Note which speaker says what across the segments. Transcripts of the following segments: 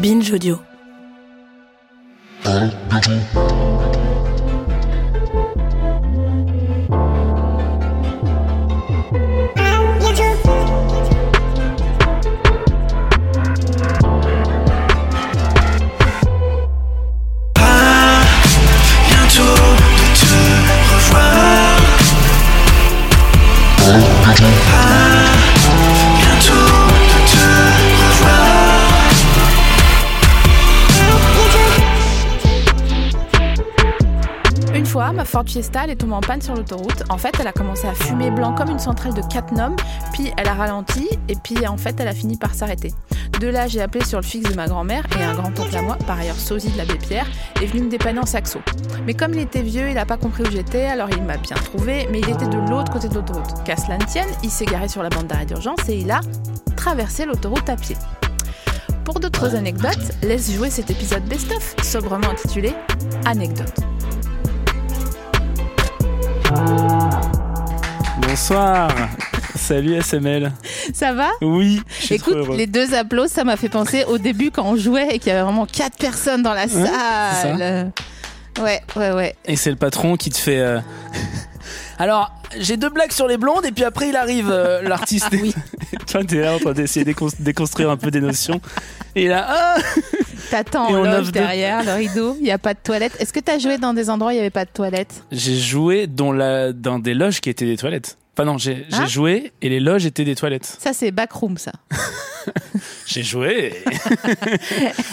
Speaker 1: Binge Audio.
Speaker 2: pas bientôt de te revoir. Pas bientôt de te revoir.
Speaker 3: Une fois, ma Ford Fiesta elle est tombée en panne sur l'autoroute. En fait, elle a commencé à fumer blanc comme une centrale de Catnum, puis elle a ralenti et puis en fait, elle a fini par s'arrêter. De là, j'ai appelé sur le fixe de ma grand-mère et un grand-oncle à moi, par ailleurs sosie de l'abbé Pierre, est venu me dépanner en saxo. Mais comme il était vieux, il n'a pas compris où j'étais, alors il m'a bien trouvé, mais il était de l'autre côté de l'autoroute. Qu'à cela ne tienne, il s'est garé sur la bande d'arrêt d'urgence et il a traversé l'autoroute à pied. Pour d'autres anecdotes, laisse jouer cet épisode best-of, sobrement intitulé Anecdote.
Speaker 4: Bonsoir Salut SML
Speaker 3: Ça va
Speaker 4: Oui, je suis trop
Speaker 5: Écoute,
Speaker 4: heureux.
Speaker 5: les deux applauses, ça m'a fait penser au début quand on jouait et qu'il y avait vraiment quatre personnes dans la salle. Ouais, ouais, ouais.
Speaker 4: Et c'est le patron qui te fait... euh, Alors, j'ai deux blagues sur les blondes et puis après il arrive euh, l'artiste.
Speaker 5: Ah
Speaker 4: tu vois, t'es là en train d'essayer de décon- déconstruire un peu des notions. Et là, ah
Speaker 5: T'attends
Speaker 4: Et
Speaker 5: en
Speaker 4: on
Speaker 5: loge
Speaker 4: offre deux-
Speaker 5: derrière le rideau, il n'y a pas de toilette. Est-ce que t'as joué dans des endroits où il n'y avait pas de toilette
Speaker 4: J'ai joué dans, la... dans des loges qui étaient des toilettes. Enfin non, j'ai j'ai
Speaker 5: Hein
Speaker 4: joué et les loges étaient des toilettes.
Speaker 5: Ça, c'est backroom, ça.
Speaker 4: J'ai joué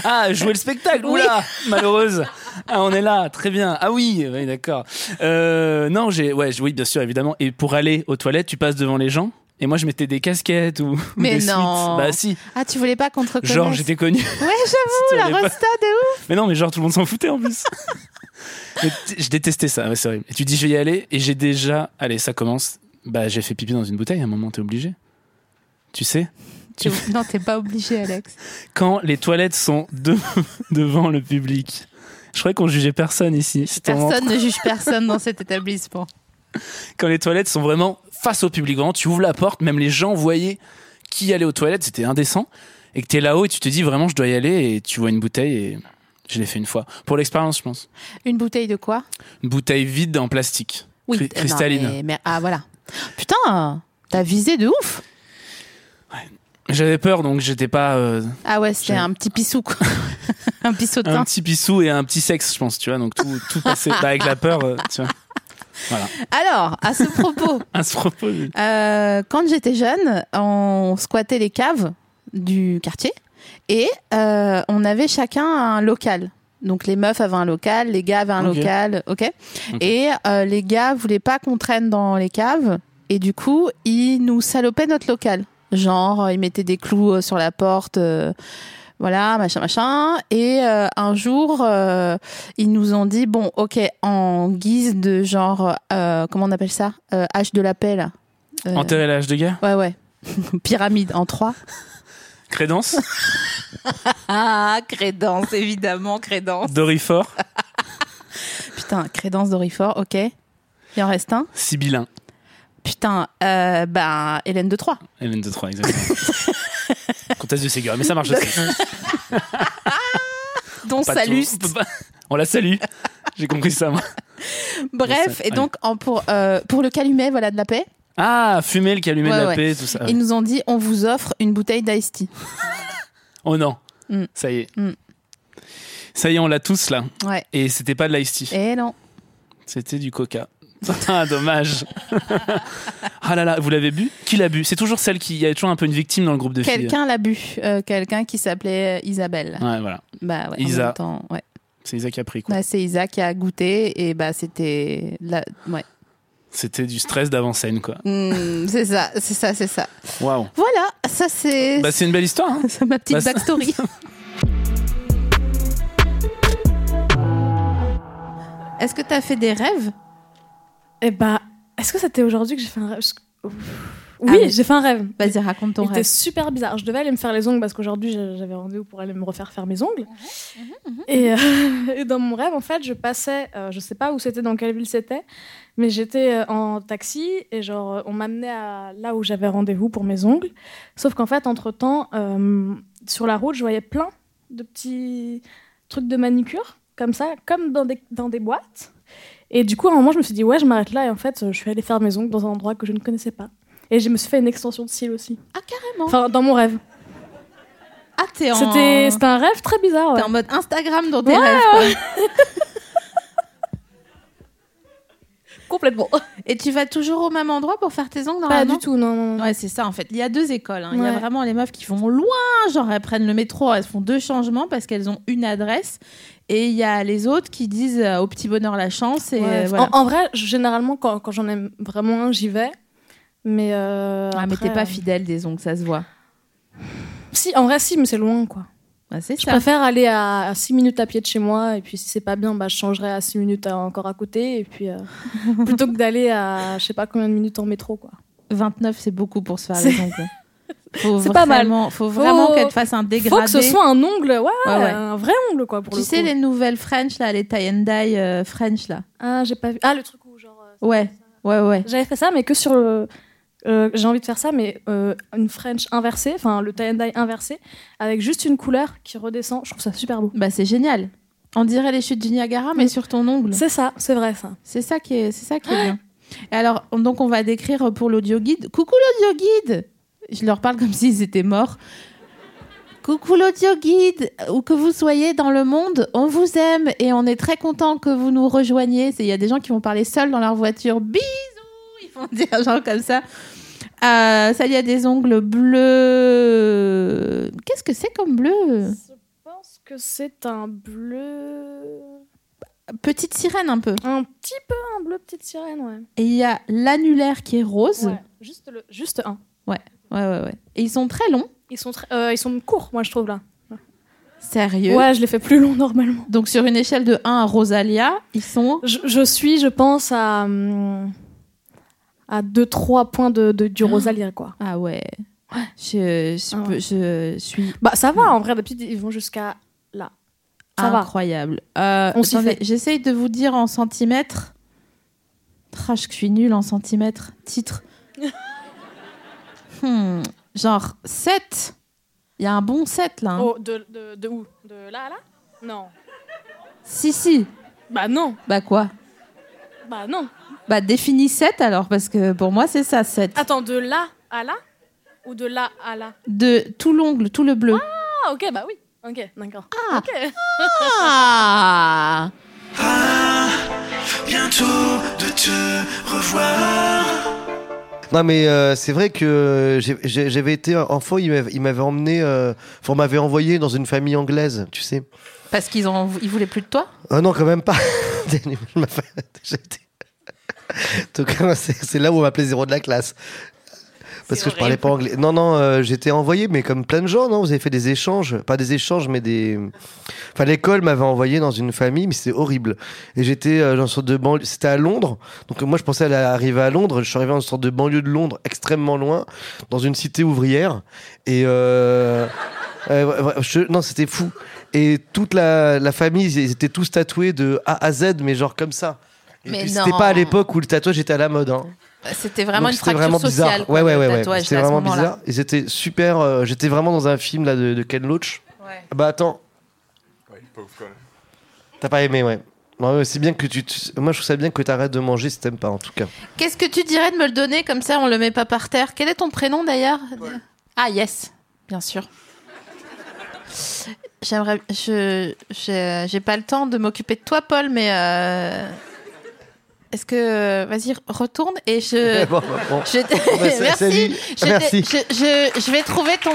Speaker 4: Ah, jouer le spectacle Oula Malheureuse Ah, on est là, très bien. Ah oui, oui, d'accord. Euh, non, j'ai. Ouais, oui, bien sûr, évidemment. Et pour aller aux toilettes, tu passes devant les gens et moi, je mettais des casquettes ou ou
Speaker 5: Mais
Speaker 4: des suites.
Speaker 5: non.
Speaker 4: Bah si,
Speaker 5: Ah, tu voulais pas qu'on te reconnaisse
Speaker 4: genre j'étais connu.
Speaker 5: Ouais,
Speaker 4: tu
Speaker 5: j'avoue, la
Speaker 4: allais pas-
Speaker 5: rosta de ouf
Speaker 4: Mais non, mais genre tout le monde s'en foutait en plus. Mais t- je détestais ça, ouais, c'est horrible. Et tu dis je vais y aller et j'ai déjà. Allez, ça commence. Bah, j'ai fait pipi dans une bouteille à un moment, t'es obligé. Tu sais Tu-
Speaker 5: T'es- Non, t'es pas obligé, Alex.
Speaker 4: quand les toilettes sont de- devant le public. Je croyais qu'on jugeait personne ici. C'était vraiment-
Speaker 5: Personne ne juge personne dans cet établissement.
Speaker 4: Quand les toilettes sont vraiment face au public, vraiment, tu ouvres la porte, même les gens voyaient qui allait aux toilettes, c'était indécent. Et que t'es là-haut et tu te dis vraiment, je dois y aller, et tu vois une bouteille, et je l'ai fait une fois. Pour l'expérience, je pense.
Speaker 5: Une bouteille de quoi
Speaker 4: Une bouteille vide en plastique.
Speaker 5: Oui,
Speaker 4: Cri-
Speaker 5: euh, non,
Speaker 4: cristalline.
Speaker 5: mais- mais- ah, voilà. Putain, t'as visé de ouf.
Speaker 4: J'avais peur, donc j'étais pas. euh,
Speaker 5: Ah ouais, c'était
Speaker 4: J'ai-
Speaker 5: un petit pissou, quoi. un pissou de
Speaker 4: un
Speaker 5: teint.
Speaker 4: petit pissou et un petit sexe, je pense, tu vois. Donc tout, tout passait. Bah, avec la peur, euh, tu vois.
Speaker 5: Alors, à ce propos,
Speaker 4: À ce propos.
Speaker 5: euh, quand j'étais jeune, on squattait les caves du quartier et euh, on avait chacun un local. Donc les meufs avaient un local, les gars avaient un
Speaker 4: Ok.
Speaker 5: local, ok.
Speaker 4: Ok.
Speaker 5: Et euh, les gars voulaient pas qu'on traîne dans les caves et du coup ils nous salopaient notre local. Genre euh, ils mettaient des clous euh, sur la porte, euh, voilà machin machin. Et euh, un jour euh, ils nous ont dit bon ok en guise de genre euh, comment on appelle ça Euh, hache de la paix là. Euh,
Speaker 4: Enterrer l'âge de gars.
Speaker 5: ouais ouais pyramide en trois.
Speaker 4: Crédence.
Speaker 5: Ah crédence évidemment crédence.
Speaker 4: Dorifort.
Speaker 5: Putain crédence d'Orifort ok. Il en reste un.
Speaker 4: Sibyllin.
Speaker 5: Putain euh, ben Hélène de Troyes.
Speaker 4: Hélène de Troyes, exactement. Comtesse de Ségur, mais ça marche aussi.
Speaker 5: Dont
Speaker 4: Pas tout-
Speaker 5: salut.
Speaker 4: Bah, on peut pas- On la salue. J'ai compris ça, moi.
Speaker 5: Bref,
Speaker 4: Ça-
Speaker 5: et donc en pour, euh, pour le calumet voilà, de la paix,
Speaker 4: Ah, fumer le calumet
Speaker 5: Ouais,
Speaker 4: de la
Speaker 5: ouais.
Speaker 4: paix, tout ça.
Speaker 5: ils nous ont dit on vous offre une bouteille d'ice tea.
Speaker 4: Oh non.
Speaker 5: Mm.
Speaker 4: Ça y est.
Speaker 5: Mm.
Speaker 4: Ça y est, on l'a tous là.
Speaker 5: Ouais.
Speaker 4: Et c'était pas de l'ice tea.
Speaker 5: Et non.
Speaker 4: C'était du coca. Ah, dommage. ah là là, vous l'avez bu Qui l'a bu C'est toujours celle qui. Il y a toujours un peu une victime dans le groupe de filles.
Speaker 5: Quelqu'un l'a bu, euh, quelqu'un qui s'appelait euh, Isabelle.
Speaker 4: Ouais, voilà.
Speaker 5: Bah ouais, en
Speaker 4: Isa.
Speaker 5: même temps, ouais.
Speaker 4: C'est Isaac qui a pris, quoi.
Speaker 5: Bah, c'est Isa qui a goûté et bah c'était la... ouais.
Speaker 4: C'était du stress d'avant-scène, quoi.
Speaker 5: Hmm, c'est ça, c'est ça, c'est ça.
Speaker 4: Waouh.
Speaker 5: Voilà, ça c'est
Speaker 4: Bah, c'est une belle histoire, hein.
Speaker 5: c'est ma petite
Speaker 4: bah, c'est-
Speaker 5: backstory. Est-ce que t'as fait des rêves
Speaker 6: Eh ben, est-ce que c'était aujourd'hui que j'ai fait un rêve Parce que-
Speaker 5: Ah
Speaker 6: Oui,
Speaker 5: oui.
Speaker 6: j'ai fait un rêve.
Speaker 5: Vas-y, raconte ton
Speaker 6: Il était
Speaker 5: rêve.
Speaker 6: super bizarre. Je devais aller me faire les ongles parce qu'aujourd'hui j'a- j'avais rendez-vous pour aller me refaire faire mes ongles.
Speaker 5: Uh-huh,
Speaker 6: Et, euh, et dans mon rêve, en fait, je passais, euh, je sais pas où c'était, dans quelle ville c'était, mais j'étais euh, en taxi et genre euh, on m'amenait à là où j'avais rendez-vous pour mes ongles. Sauf qu'en fait, entre temps, sur la euh, route, je voyais plein
Speaker 7: de petits trucs de manicure, comme ça, comme dans des, dans des boîtes. Et du coup, à un moment, je me suis dit, ouais, je m'arrête là. Et en fait, euh, je suis allée faire mes ongles dans un endroit que je ne connaissais pas. Et je me suis fait une extension de cils aussi.
Speaker 5: Ah, carrément.
Speaker 7: Enfin, dans mon rêve.
Speaker 5: Ah, t'es en...
Speaker 7: C'était c'était un rêve très bizarre. ouais.
Speaker 5: t'es en mode Instagram dans tes
Speaker 7: Ouais,
Speaker 5: rêves. quoi.
Speaker 7: Complètement.
Speaker 5: Et tu vas toujours au même endroit pour faire tes ongles
Speaker 7: Pas
Speaker 5: normalement
Speaker 7: du tout, non. non, non.
Speaker 5: Ouais, c'est ça en fait. Il y a deux écoles. hein. Il y a
Speaker 7: Ouais.
Speaker 5: vraiment les meufs qui vont loin, genre elles prennent le métro, elles font deux changements parce qu'elles ont une adresse. Et il y a les autres qui disent euh, au petit bonheur la chance. Et
Speaker 7: Ouais.
Speaker 5: euh, voilà.
Speaker 7: en, en vrai, je- généralement, quand, quand j'en ai vraiment un, j'y vais. Mais. euh,
Speaker 5: Ah, mais
Speaker 7: après,
Speaker 5: t'es pas
Speaker 7: euh,
Speaker 5: fidèle des ongles, ça se voit.
Speaker 7: Si, en vrai, si, mais c'est loin, quoi.
Speaker 5: Ah, c'est
Speaker 7: Je
Speaker 5: ça.
Speaker 7: préfère euh, aller à 6 minutes à pied de chez moi, et puis si c'est pas bien, bah, je changerai à 6 minutes à- encore à côté, et puis euh, plutôt que d'aller à je sais pas combien de minutes en métro, quoi.
Speaker 5: 29, c'est beaucoup pour se faire
Speaker 7: C'est-
Speaker 5: les ongles. Faut
Speaker 7: C'est
Speaker 5: vraiment,
Speaker 7: pas mal.
Speaker 5: Faut vraiment
Speaker 7: Faut-
Speaker 5: qu'elle te fasse un dégradé.
Speaker 7: Faut que ce soit un ongle, ouais,
Speaker 5: Ouais, ouais.
Speaker 7: un vrai ongle, quoi, pour
Speaker 5: tu
Speaker 7: le
Speaker 5: sais,
Speaker 7: coup.
Speaker 5: les nouvelles French, là, les tie and dye euh, French, là.
Speaker 7: Ah, j'ai pas vu. Ah, le truc où, genre. euh,
Speaker 5: Ouais, ouais, ouais.
Speaker 7: J'avais fait ça, mais que sur le. euh, j'ai envie de faire ça, mais euh, une French inversée, enfin le tie and dye inversé, avec juste une couleur qui redescend. Je trouve ça super beau.
Speaker 5: Bah, c'est génial. On dirait les chutes du Niagara, mais
Speaker 7: Mm.
Speaker 5: sur ton ongle.
Speaker 7: C'est ça, c'est vrai ça. Ah.
Speaker 5: C'est ça qui est, c'est ça qui est bien. Et alors, on- donc, on va décrire pour l'audio guide. Coucou l'audio guide. Je leur parle comme s'ils étaient morts. Coucou l'audio guide, où que vous soyez dans le monde, on vous aime et on est très content que vous nous rejoigniez. C'est- Il y a des gens qui vont parler seuls dans leur voiture. Bisous, ils vont dire genre comme ça. Euh, ça, il y a des ongles bleus. Qu'est-ce que c'est comme bleu
Speaker 7: Je pense que c'est un bleu.
Speaker 5: Petite sirène un peu.
Speaker 7: Un petit peu un bleu petite sirène, ouais.
Speaker 5: Et il y a l'annulaire qui est rose.
Speaker 7: Ouais, juste, le, juste un.
Speaker 5: Ouais, ouais, ouais. Et ils sont très longs.
Speaker 7: Ils sont, très- euh, ils sont courts, moi, je trouve, là.
Speaker 5: Sérieux
Speaker 7: Ouais, je les fais plus longs, normalement.
Speaker 5: Donc sur une échelle de 1 à Rosalia, ils sont...
Speaker 7: Je, je suis, je pense, à... hum, à 2-3 points de, de- du Rosalia, quoi.
Speaker 5: Ah ouais. Je, je
Speaker 7: Ah
Speaker 5: peux- je suis Hmm.
Speaker 7: Bah, ça va, en vrai, d'habitude, ils vont jusqu'à là. Ça va.
Speaker 5: incroyable. Euh,
Speaker 7: On s'y
Speaker 5: attendez,
Speaker 7: fait.
Speaker 5: J'essaye de vous dire en centimètres. Ah, je suis nulle en centimètres. Titre. Hmm, Genre 7. Il y a un bon 7 là. hein.
Speaker 7: Oh, de, de, de où De là à là Non.
Speaker 5: Si, si.
Speaker 7: Bah non,
Speaker 5: Bah quoi
Speaker 7: bah non.
Speaker 5: Bah définis 7 alors, parce que pour moi c'est ça 7.
Speaker 7: Attends, de là à là Ou de là à là
Speaker 5: De tout l'ongle, tout le bleu.
Speaker 7: Ah, ok, bah oui. Ok, d'accord.
Speaker 5: Ah.
Speaker 7: Ok.
Speaker 5: Ah
Speaker 8: Ah, bientôt de te revoir.
Speaker 9: Non, mais euh, c'est vrai que j'ai- j'ai- j'avais été enfant, il m'avait il m'avait emmené, euh, enfin, on m'avait envoyé dans une famille anglaise, tu sais.
Speaker 5: Parce qu'ils ont, ils voulaient plus de toi
Speaker 9: Ah non, quand même pas. Je m'appelle- j'ai été- Donc, c'est c'est là où on m'appelait zéro de la classe. Parce que je parlais pas anglais. Non, non, euh, j'étais envoyé, mais comme plein de gens, non Vous avez fait des échanges. Pas des échanges, mais des. Enfin, l'école m'avait envoyé dans une famille, mais c'était horrible. Et j'étais euh, dans une sorte de banlieue. C'était à Londres. Donc, euh, moi, je pensais à la- arriver à Londres. Je suis arrivé dans une sorte de banlieue de Londres, extrêmement loin, dans une cité ouvrière. Et. euh, euh, ouais, ouais, je- non, c'était fou. Et toute la, la famille, ils étaient tous tatoués de A à Z, mais genre comme ça. Et
Speaker 5: Mais
Speaker 9: puis,
Speaker 5: non.
Speaker 9: c'était pas à l'époque où le tatouage était à la mode. Hein.
Speaker 5: C'était vraiment
Speaker 9: Donc,
Speaker 5: une
Speaker 9: c'était
Speaker 5: fracture
Speaker 9: vraiment
Speaker 5: sociale.
Speaker 9: Bizarre.
Speaker 5: quoi,
Speaker 9: ouais, ouais,
Speaker 5: le
Speaker 9: ouais, ouais.
Speaker 5: tatouage,
Speaker 9: C'était
Speaker 5: là, à ce
Speaker 9: vraiment
Speaker 5: moment-là.
Speaker 9: bizarre. Ils étaient super. euh, J'étais vraiment dans un film là de, de Ken Loach. Ah Bah attends. T'as pas aimé, ouais. Non, mais c'est bien que tu. tu- Moi, je trouve ça bien que t'arrêtes de manger si t'aimes pas, en tout cas.
Speaker 5: Qu'est-ce que tu dirais de me le donner comme ça, on le met pas par terre Quel est ton prénom d'ailleurs Ah yes, bien sûr. J'aimerais, je, je- j'ai pas le temps de m'occuper de toi, Paul, mais euh, est-ce que, vas-y, retourne et je,
Speaker 9: Bon, bah, bon.
Speaker 5: je,
Speaker 9: Bah, sa-
Speaker 5: merci.
Speaker 9: salut.
Speaker 5: Je,
Speaker 9: Merci.
Speaker 5: je- je- je vais trouver ton.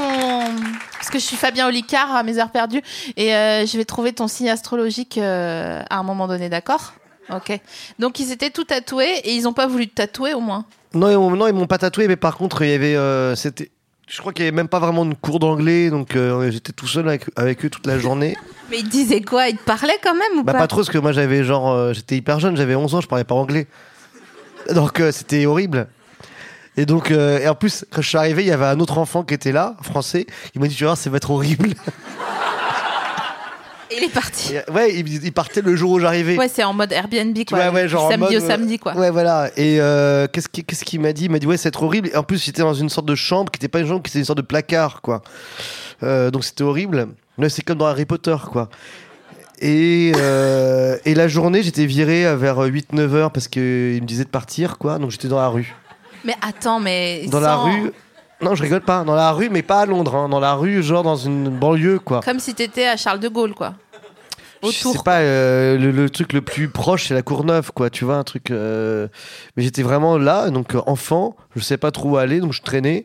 Speaker 5: Parce que je suis Fabien Olicard à mes heures perdues. Et euh, je vais trouver ton signe astrologique euh, à un moment donné, d'accord Ok. Donc ils étaient tout tatoués et ils n'ont pas voulu te tatouer au moins.
Speaker 9: Non, ils m'ont- non, ils m'ont pas tatoué, mais par contre, il y avait. euh, C'était. Je crois qu'il y avait même pas vraiment de cours d'anglais, donc euh, j'étais tout seul avec, avec eux toute la journée.
Speaker 5: Mais ils te disaient quoi Ils te parlaient quand même ou
Speaker 9: Bah,
Speaker 5: pas,
Speaker 9: pas trop, parce que moi, j'avais genre. euh, j'étais hyper jeune, j'avais 11 ans, je parlais pas anglais. Donc, euh, c'était horrible. Et donc, euh, et en plus, quand je suis arrivé, il y avait un autre enfant qui était là, français. Il m'a dit, tu vas voir, ça va être horrible.
Speaker 5: Et il est parti.
Speaker 9: Et, euh, ouais, il, il partait le jour où j'arrivais.
Speaker 5: Ouais, c'est en mode Airbnb quoi.
Speaker 9: Ouais, ouais,
Speaker 5: Du
Speaker 9: genre en
Speaker 5: samedi
Speaker 9: mode,
Speaker 5: au
Speaker 9: euh,
Speaker 5: samedi quoi.
Speaker 9: Ouais, voilà. Et euh, qu'est-ce qui- qu'est-ce qu'il m'a dit Il m'a dit, ouais, c'est horrible. Et en plus, j'étais dans une sorte de chambre qui n'était pas une chambre, qui était une sorte de placard, quoi. Euh, donc, c'était horrible. Ouais, C'est comme dans Harry Potter, quoi. Et, euh, et la journée, j'étais viré à vers 8-9 heures parce qu'il me disait de partir, quoi. Donc j'étais dans la rue.
Speaker 5: Mais attends, mais.
Speaker 9: Dans la
Speaker 5: sans-
Speaker 9: rue. Non, je rigole pas. Dans la rue, mais pas à Londres. hein. Dans la rue, genre dans une banlieue, quoi.
Speaker 5: Comme si t'étais à Charles de Gaulle, quoi.
Speaker 9: Je sais
Speaker 5: Autour.
Speaker 9: pas, euh, le, le truc le plus proche, c'est la Courneuve, quoi. Tu vois, un truc. euh, Mais j'étais vraiment là, donc euh, enfant, je sais pas trop où aller, donc je traînais.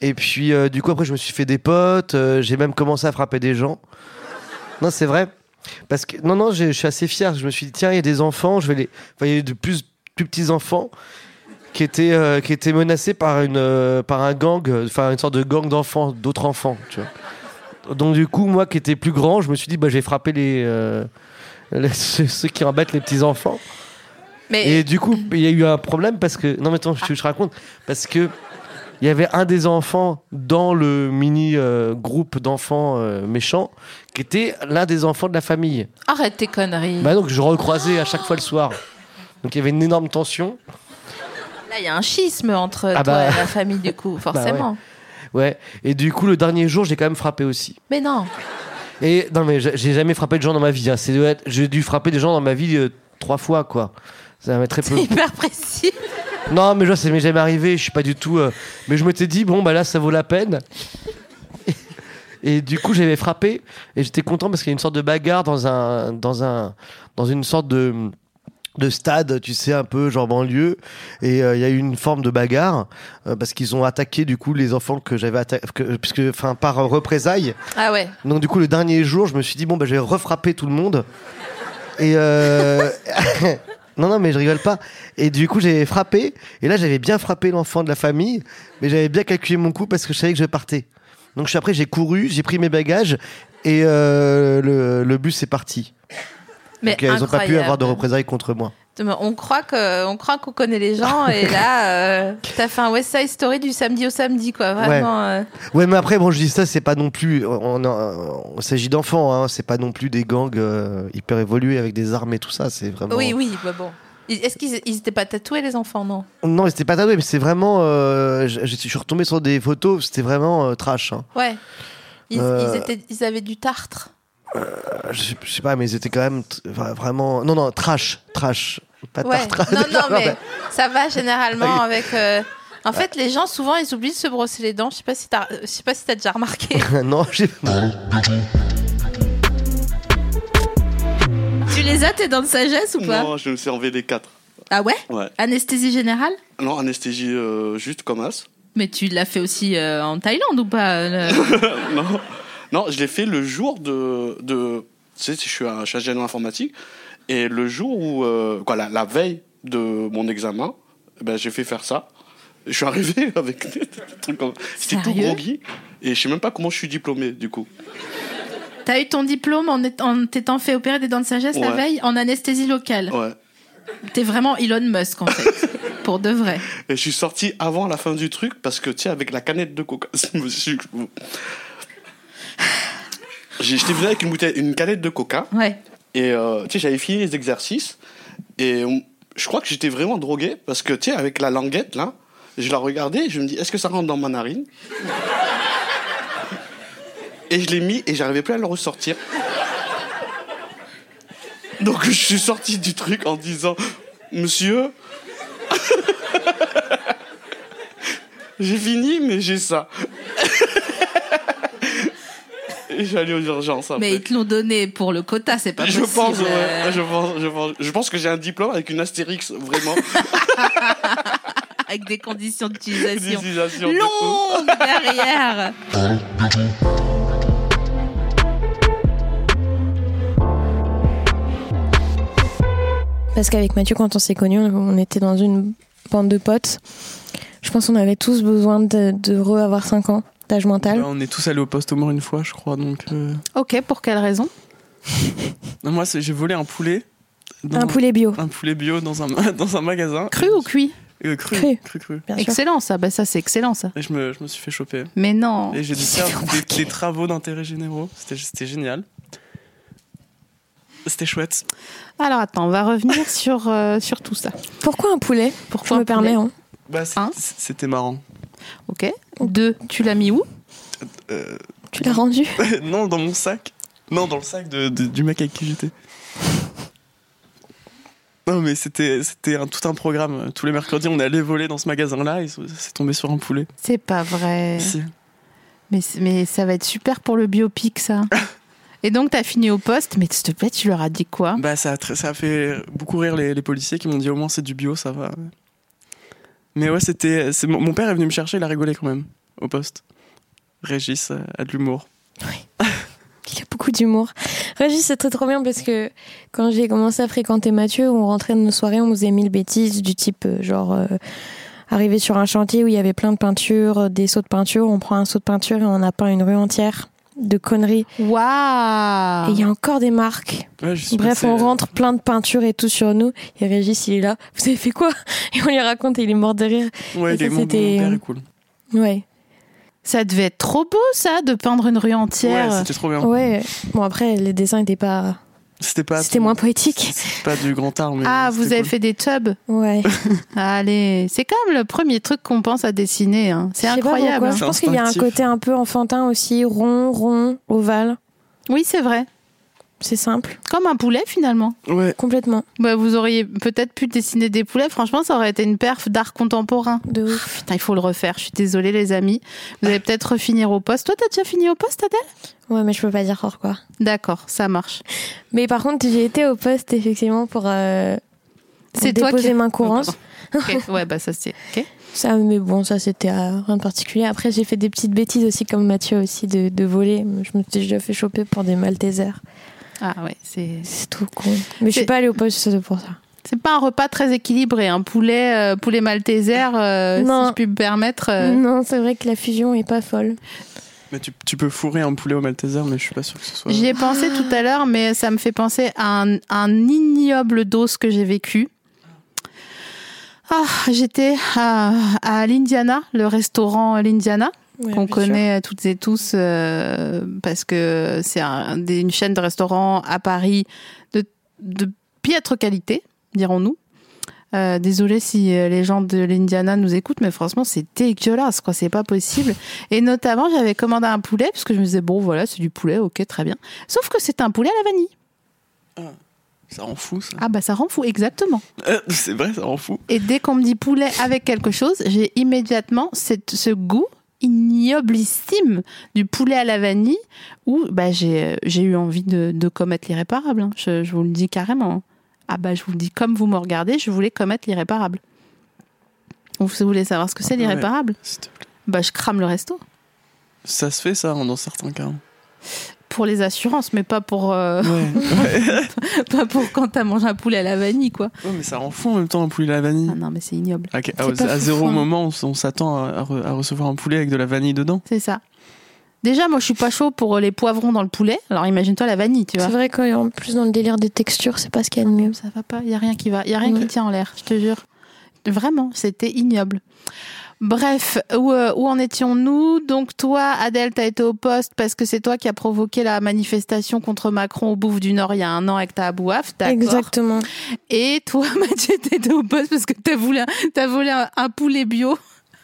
Speaker 9: Et puis, euh, du coup, après, je me suis fait des potes, euh, j'ai même commencé à frapper des gens. Non, c'est vrai. Parce que, non, non, j'ai- je suis assez fier. Je me suis dit, tiens, il y a des enfants, je vais les. Enfin, il y a eu de plus, plus petits enfants qui étaient, euh, qui étaient menacés par, une, euh, par un gang, euh, enfin, une sorte de gang d'enfants, d'autres enfants, tu vois. Donc du coup, moi qui étais plus grand, je me suis dit, bah, je vais frapper les, euh, les- ceux, ceux qui embêtent les petits-enfants.
Speaker 5: Mais
Speaker 9: Et du coup, il y a eu un problème parce que... Non mais attends, je, je raconte. Parce que il y avait un des enfants dans le mini euh, groupe d'enfants euh, méchants qui était l'un des enfants de la famille.
Speaker 5: arrête tes conneries.
Speaker 9: Bah donc je recroisais à chaque fois le soir. Donc il y avait une énorme tension.
Speaker 5: Là, il y a un schisme entre
Speaker 9: Ah
Speaker 5: toi
Speaker 9: bah.
Speaker 5: et la famille, du coup, forcément.
Speaker 9: Ouais. Et du coup, le dernier jour, j'ai quand même frappé aussi.
Speaker 5: Mais non.
Speaker 9: Et non, mais j'ai j'ai jamais frappé de gens dans ma vie. hein. C'est de- J'ai dû frapper des gens dans ma vie euh, trois fois, quoi. Ça m'a très peu.
Speaker 5: C'est hyper précis.
Speaker 9: non, mais je ça m'est jamais arrivé. Je suis pas du tout. euh, Mais je m'étais dit, bon, bah là, ça vaut la peine. Et du coup, j'avais frappé et j'étais content parce qu'il y a une sorte de bagarre dans un, dans un, dans une sorte de, de stade, tu sais, un peu genre banlieue. Et euh, il y a eu une forme de bagarre euh, parce qu'ils ont attaqué du coup les enfants que j'avais attaqué, puisque, enfin, par euh, représailles.
Speaker 5: Ah ouais.
Speaker 9: Donc du coup, le dernier jour, je me suis dit, bon, bah, je vais refrapper tout le monde. Et... Euh... non, non, mais je rigole pas. Et du coup, j'ai frappé. Et là, j'avais bien frappé l'enfant de la famille, mais j'avais bien calculé mon coup parce que je savais que je partais. Donc je suis après, j'ai couru, j'ai pris mes bagages, et euh, le, le bus est parti.
Speaker 5: Mais
Speaker 9: Donc euh, ils ont pas pu
Speaker 5: incroyable.
Speaker 9: avoir de représailles contre moi.
Speaker 5: Mais On croit que, on croit qu'on connaît les gens et là, euh, t'as fait un West Side Story du samedi au samedi, quoi. Vraiment. euh.
Speaker 9: Ouais, mais après, bon, je dis ça, c'est pas non plus. On, on- on s'agit d'enfants, hein, c'est pas non plus des gangs euh, hyper évolués avec des armes et tout ça. C'est vraiment.
Speaker 5: Oui, oui, bah bon. Ils- Est-ce qu'ils ils étaient pas tatoués les enfants, non
Speaker 9: Non, c'était pas tatoué, mais c'est vraiment. euh, je, je suis retombé sur des photos, c'était vraiment euh, trash. hein.
Speaker 5: Ouais. Ils,
Speaker 9: Euh.
Speaker 5: ils étaient, ils avaient du tartre.
Speaker 9: Euh, Je, je sais pas, mais ils étaient quand même t- vra- vraiment. Non, non, trash, trash. Pas
Speaker 5: Ouais.
Speaker 9: tartre.
Speaker 5: Non, non, mais
Speaker 9: mais-
Speaker 5: ça va généralement
Speaker 9: Oui.
Speaker 5: avec. euh, En fait, les gens souvent ils oublient de se brosser les dents. Je sais pas si t'as, euh, je sais pas si t'as déjà remarqué.
Speaker 9: non, j'ai.
Speaker 5: tu les as tes dents de sagesse ou pas
Speaker 10: Non, je me suis enlevé les quatre.
Speaker 5: Ah ouais
Speaker 10: Ouais.
Speaker 5: Anesthésie générale
Speaker 10: Non, anesthésie euh, juste comme as.
Speaker 5: Mais tu l'as fait aussi euh, en Thaïlande ou pas euh, le-
Speaker 10: non. non, je l'ai fait le jour de. de tu sais, je suis un chargé informatique. Et le jour où. euh, quoi, la, la veille de mon examen, ben, j'ai fait faire ça. Je suis arrivé avec des trucs comme. J'étais tout
Speaker 5: Sérieux
Speaker 10: groggy. Et je sais même pas comment je suis diplômé, du coup.
Speaker 5: T'as eu ton diplôme en étant- en t'étant fait opérer des dents de sagesse la
Speaker 10: Ouais.
Speaker 5: veille en anesthésie locale.
Speaker 10: Ouais.
Speaker 5: T'es vraiment Elon Musk en fait, pour de vrai.
Speaker 10: Et je suis sorti avant la fin du truc parce que, tu sais, avec la canette de coca. je me suis- J'ai- J'étais venu avec une, bouteille, une canette de coca.
Speaker 5: Ouais.
Speaker 10: Et euh, tu sais, j'avais fini les exercices. Et on- je crois que j'étais vraiment drogué parce que, tu sais, avec la languette, là, je la regardais et je me dis, est-ce que ça rentre dans ma narine Et je l'ai mis et j'arrivais plus à le ressortir. Donc je suis sorti du truc en disant, monsieur, j'ai fini, mais j'ai ça. et je suis allé aux urgences après.
Speaker 5: Mais ils te l'ont donné pour le quota, c'est pas
Speaker 10: Je
Speaker 5: possible.
Speaker 10: pense, ouais.
Speaker 5: euh.
Speaker 10: je pense, je pense, je pense que j'ai un diplôme avec une astérix, vraiment,
Speaker 5: Avec des conditions d'utilisation
Speaker 10: d'utilisation. de ouf.
Speaker 5: longues derrière.
Speaker 2: Parce qu'avec Mathieu, quand on s'est connus, on- on était dans une bande de potes. Je pense qu'on avait tous besoin de, de re-avoir 5 ans d'âge mental.
Speaker 11: Là, on est tous allés au poste au mort une fois, je crois. Donc, euh,
Speaker 12: Ok, pour quelle raison
Speaker 11: non, moi, c'est- j'ai volé un poulet. dans-
Speaker 2: Un poulet bio,
Speaker 11: un poulet bio dans un, ma- dans un magasin.
Speaker 12: Cru ou cuit
Speaker 11: Euh, cru,
Speaker 2: Cru.
Speaker 11: cru, cru,
Speaker 2: bien sûr.
Speaker 12: Excellent ça,
Speaker 5: Ben,
Speaker 12: bah ça c'est excellent ça.
Speaker 11: Et je me, je me suis fait choper.
Speaker 12: Mais non.
Speaker 11: Et j'ai dû faire des, des travaux d'intérêt généraux. C'était c'était génial. C'était chouette.
Speaker 12: Alors attends, on va revenir sur, euh, sur tout ça.
Speaker 2: Pourquoi un poulet Je
Speaker 12: Pourquoi
Speaker 2: me permets. hein.
Speaker 11: Bah, c'est-
Speaker 12: Hein
Speaker 11: c'était marrant.
Speaker 12: Ok. Deux, tu l'as mis où
Speaker 11: Euh,
Speaker 13: Tu l'as rendu
Speaker 11: non, dans mon sac. Non, dans le sac de- de- du mec avec qui j'étais. Non, mais c'était c'était un, tout un programme. Tous les mercredis, on allait voler dans ce magasin-là et c'est tombé sur un poulet.
Speaker 5: C'est pas vrai.
Speaker 11: Si.
Speaker 5: Mais, c'est- mais ça va être super pour le biopic, ça. Et donc, t'as fini au poste, mais s'il te plaît, tu leur as dit quoi
Speaker 11: Bah, ça a, tr- ça a fait beaucoup rire les, les policiers qui m'ont dit au moins c'est du bio, ça va. Mais ouais, c'était. c'est- Mon, mon père est venu me chercher, il a rigolé quand même, au poste. Régis euh, a de l'humour.
Speaker 13: Il a beaucoup d'humour. Régis, c'était trop bien parce que quand j'ai commencé à fréquenter Mathieu, on rentrait de nos soirées, on faisait mille bêtises du type euh, genre euh, arriver sur un chantier où il y avait plein de peintures, euh, des sauts de peinture, on prend un saut de peinture et on a peint une rue entière de conneries. Et il
Speaker 5: Waouh
Speaker 13: y a encore des marques.
Speaker 11: Ouais, je suis
Speaker 13: Bref,
Speaker 11: passé-
Speaker 13: on rentre plein de peintures et tout sur nous. Et Régis, il est là. Vous avez fait quoi Et on lui raconte et il est mort de rire.
Speaker 11: Ouais,
Speaker 13: Et
Speaker 11: il
Speaker 13: ça,
Speaker 11: est- mon, mon
Speaker 13: c'était- euh,
Speaker 5: euh,
Speaker 11: père est cool.
Speaker 13: Ouais.
Speaker 5: Ça devait être trop beau, ça, de peindre une rue entière.
Speaker 11: Ouais, c'était trop bien.
Speaker 13: Ouais. Bon, après, les dessins n'étaient pas.
Speaker 11: C'était pas.
Speaker 13: C'était moins poétique.
Speaker 11: c'était pas du grand art, mais.
Speaker 5: ah, vous
Speaker 11: c'était
Speaker 5: avez
Speaker 11: cool.
Speaker 5: fait des tubs
Speaker 13: Ouais.
Speaker 5: Allez, c'est quand même le premier truc qu'on pense à dessiner. hein. C'est
Speaker 13: Je sais pas
Speaker 5: incroyable.
Speaker 13: pourquoi,
Speaker 5: hein.
Speaker 13: Je
Speaker 11: C'est
Speaker 13: pense qu'il y a un
Speaker 11: instinctif.
Speaker 13: côté un peu enfantin aussi, rond, rond, ovale.
Speaker 5: Oui, c'est vrai.
Speaker 13: C'est simple,
Speaker 5: Comme un poulet, finalement.
Speaker 11: Ouais.
Speaker 13: complètement.
Speaker 5: Bah, vous auriez peut-être pu dessiner des poulets. Franchement, ça aurait été une perf d'art contemporain.
Speaker 13: De ouf.
Speaker 5: Putain, il faut le refaire. Je suis désolée, les amis. Vous allez peut-être refinir au poste. Toi, t'as déjà fini au poste, Adèle
Speaker 13: Ouais, mais je peux pas dire hors quoi.
Speaker 5: D'accord, ça marche.
Speaker 13: Mais par contre, j'ai été au poste effectivement pour. euh, pour
Speaker 5: C'est toi
Speaker 13: déposer
Speaker 5: qui- Oh,
Speaker 13: main courante.
Speaker 5: Ok, Ouais, bah ça c'est. ok.
Speaker 13: ça, mais bon, ça c'était euh, rien de particulier. Après, j'ai fait des petites bêtises aussi, comme Mathieu aussi, de, de voler. Je me suis déjà fait choper pour des Maltesers.
Speaker 5: Ah ouais, c'est.
Speaker 13: C'est tout con. Mais je
Speaker 5: C'est-
Speaker 13: suis pas allée au poste pour ça.
Speaker 5: C'est pas un repas très équilibré. Un poulet, euh, poulet malteser, euh,
Speaker 13: Non.
Speaker 5: si je puis me permettre. euh,
Speaker 13: Non, c'est vrai que la fusion est pas folle.
Speaker 11: Mais tu, tu peux fourrer un poulet au Malteser, mais je suis pas sûr que ce soit.
Speaker 5: J'y ai pensé tout à l'heure, mais ça me fait penser à un, un ignoble dos que j'ai vécu. Ah, j'étais à, à l'Indiana, le restaurant l'Indiana,
Speaker 13: Ouais,
Speaker 5: qu'on
Speaker 13: bien sûr.
Speaker 5: connaît toutes et tous, euh, parce que c'est un des- une chaîne de restaurants à Paris de, de piètre qualité, dirons-nous. Euh, désolé si euh, les gens de l'Indiana nous écoutent, mais franchement, c'est dégueulasse, quoi. C'est pas possible. Et notamment, j'avais commandé un poulet, parce que je me disais, bon, voilà, c'est du poulet, ok, très bien. Sauf que c'est un poulet à la vanille.
Speaker 11: Ça rend fou, ça.
Speaker 5: Ah, bah, ça rend fou, exactement.
Speaker 11: Euh, c'est vrai, ça rend fou.
Speaker 5: Et dès qu'on me dit poulet avec quelque chose, j'ai immédiatement cette- ce goût ignoblissime du poulet à la vanille où bah, j'ai euh, j'ai eu envie de, de commettre l'irréparable. hein. Je, je vous le dis carrément. Ah bah je vous le dis comme vous me regardez, je voulais commettre l'irréparable. Ou si vous voulez savoir ce que c'est
Speaker 11: Ouais.
Speaker 5: l'irréparable,
Speaker 11: S'il te plaît.
Speaker 5: bah je crame le resto
Speaker 11: Ça se fait, ça, hein, dans certains cas.
Speaker 5: pour les assurances, mais pas pour euh,
Speaker 11: Ouais.
Speaker 5: pas pour quand t'as mangé un poulet à la vanille quoi.
Speaker 11: Ouais, mais ça rend fou en même temps un poulet à la vanille.
Speaker 5: Ah non mais c'est ignoble.
Speaker 11: À, à-
Speaker 13: C'est pas
Speaker 11: à
Speaker 13: fou,
Speaker 11: zéro
Speaker 13: hein.
Speaker 11: moment, on, s- on s'attend à, à re- à recevoir un poulet avec de la vanille dedans.
Speaker 5: C'est ça. Déjà moi je suis pas chaud pour euh, les poivrons dans le poulet. Alors imagine-toi la vanille tu vois.
Speaker 13: C'est vrai qu'en plus, dans le délire des textures, c'est pas ce qu'il y a de mieux.
Speaker 5: Ça va pas, il y a rien qui va, il y a rien
Speaker 13: Ouais.
Speaker 5: qui tient en l'air, je te jure. Vraiment, c'était ignoble. Bref, où, euh, où en étions-nous Donc toi, Adèle, t'as été au poste parce que c'est toi qui as provoqué la manifestation contre Macron au Bouffe du Nord il y a un an avec ta abouaf, d'accord
Speaker 13: Exactement.
Speaker 5: Et toi, Mathieu, t'étais au poste parce que t'as voulu, un- t'as volé un, un poulet bio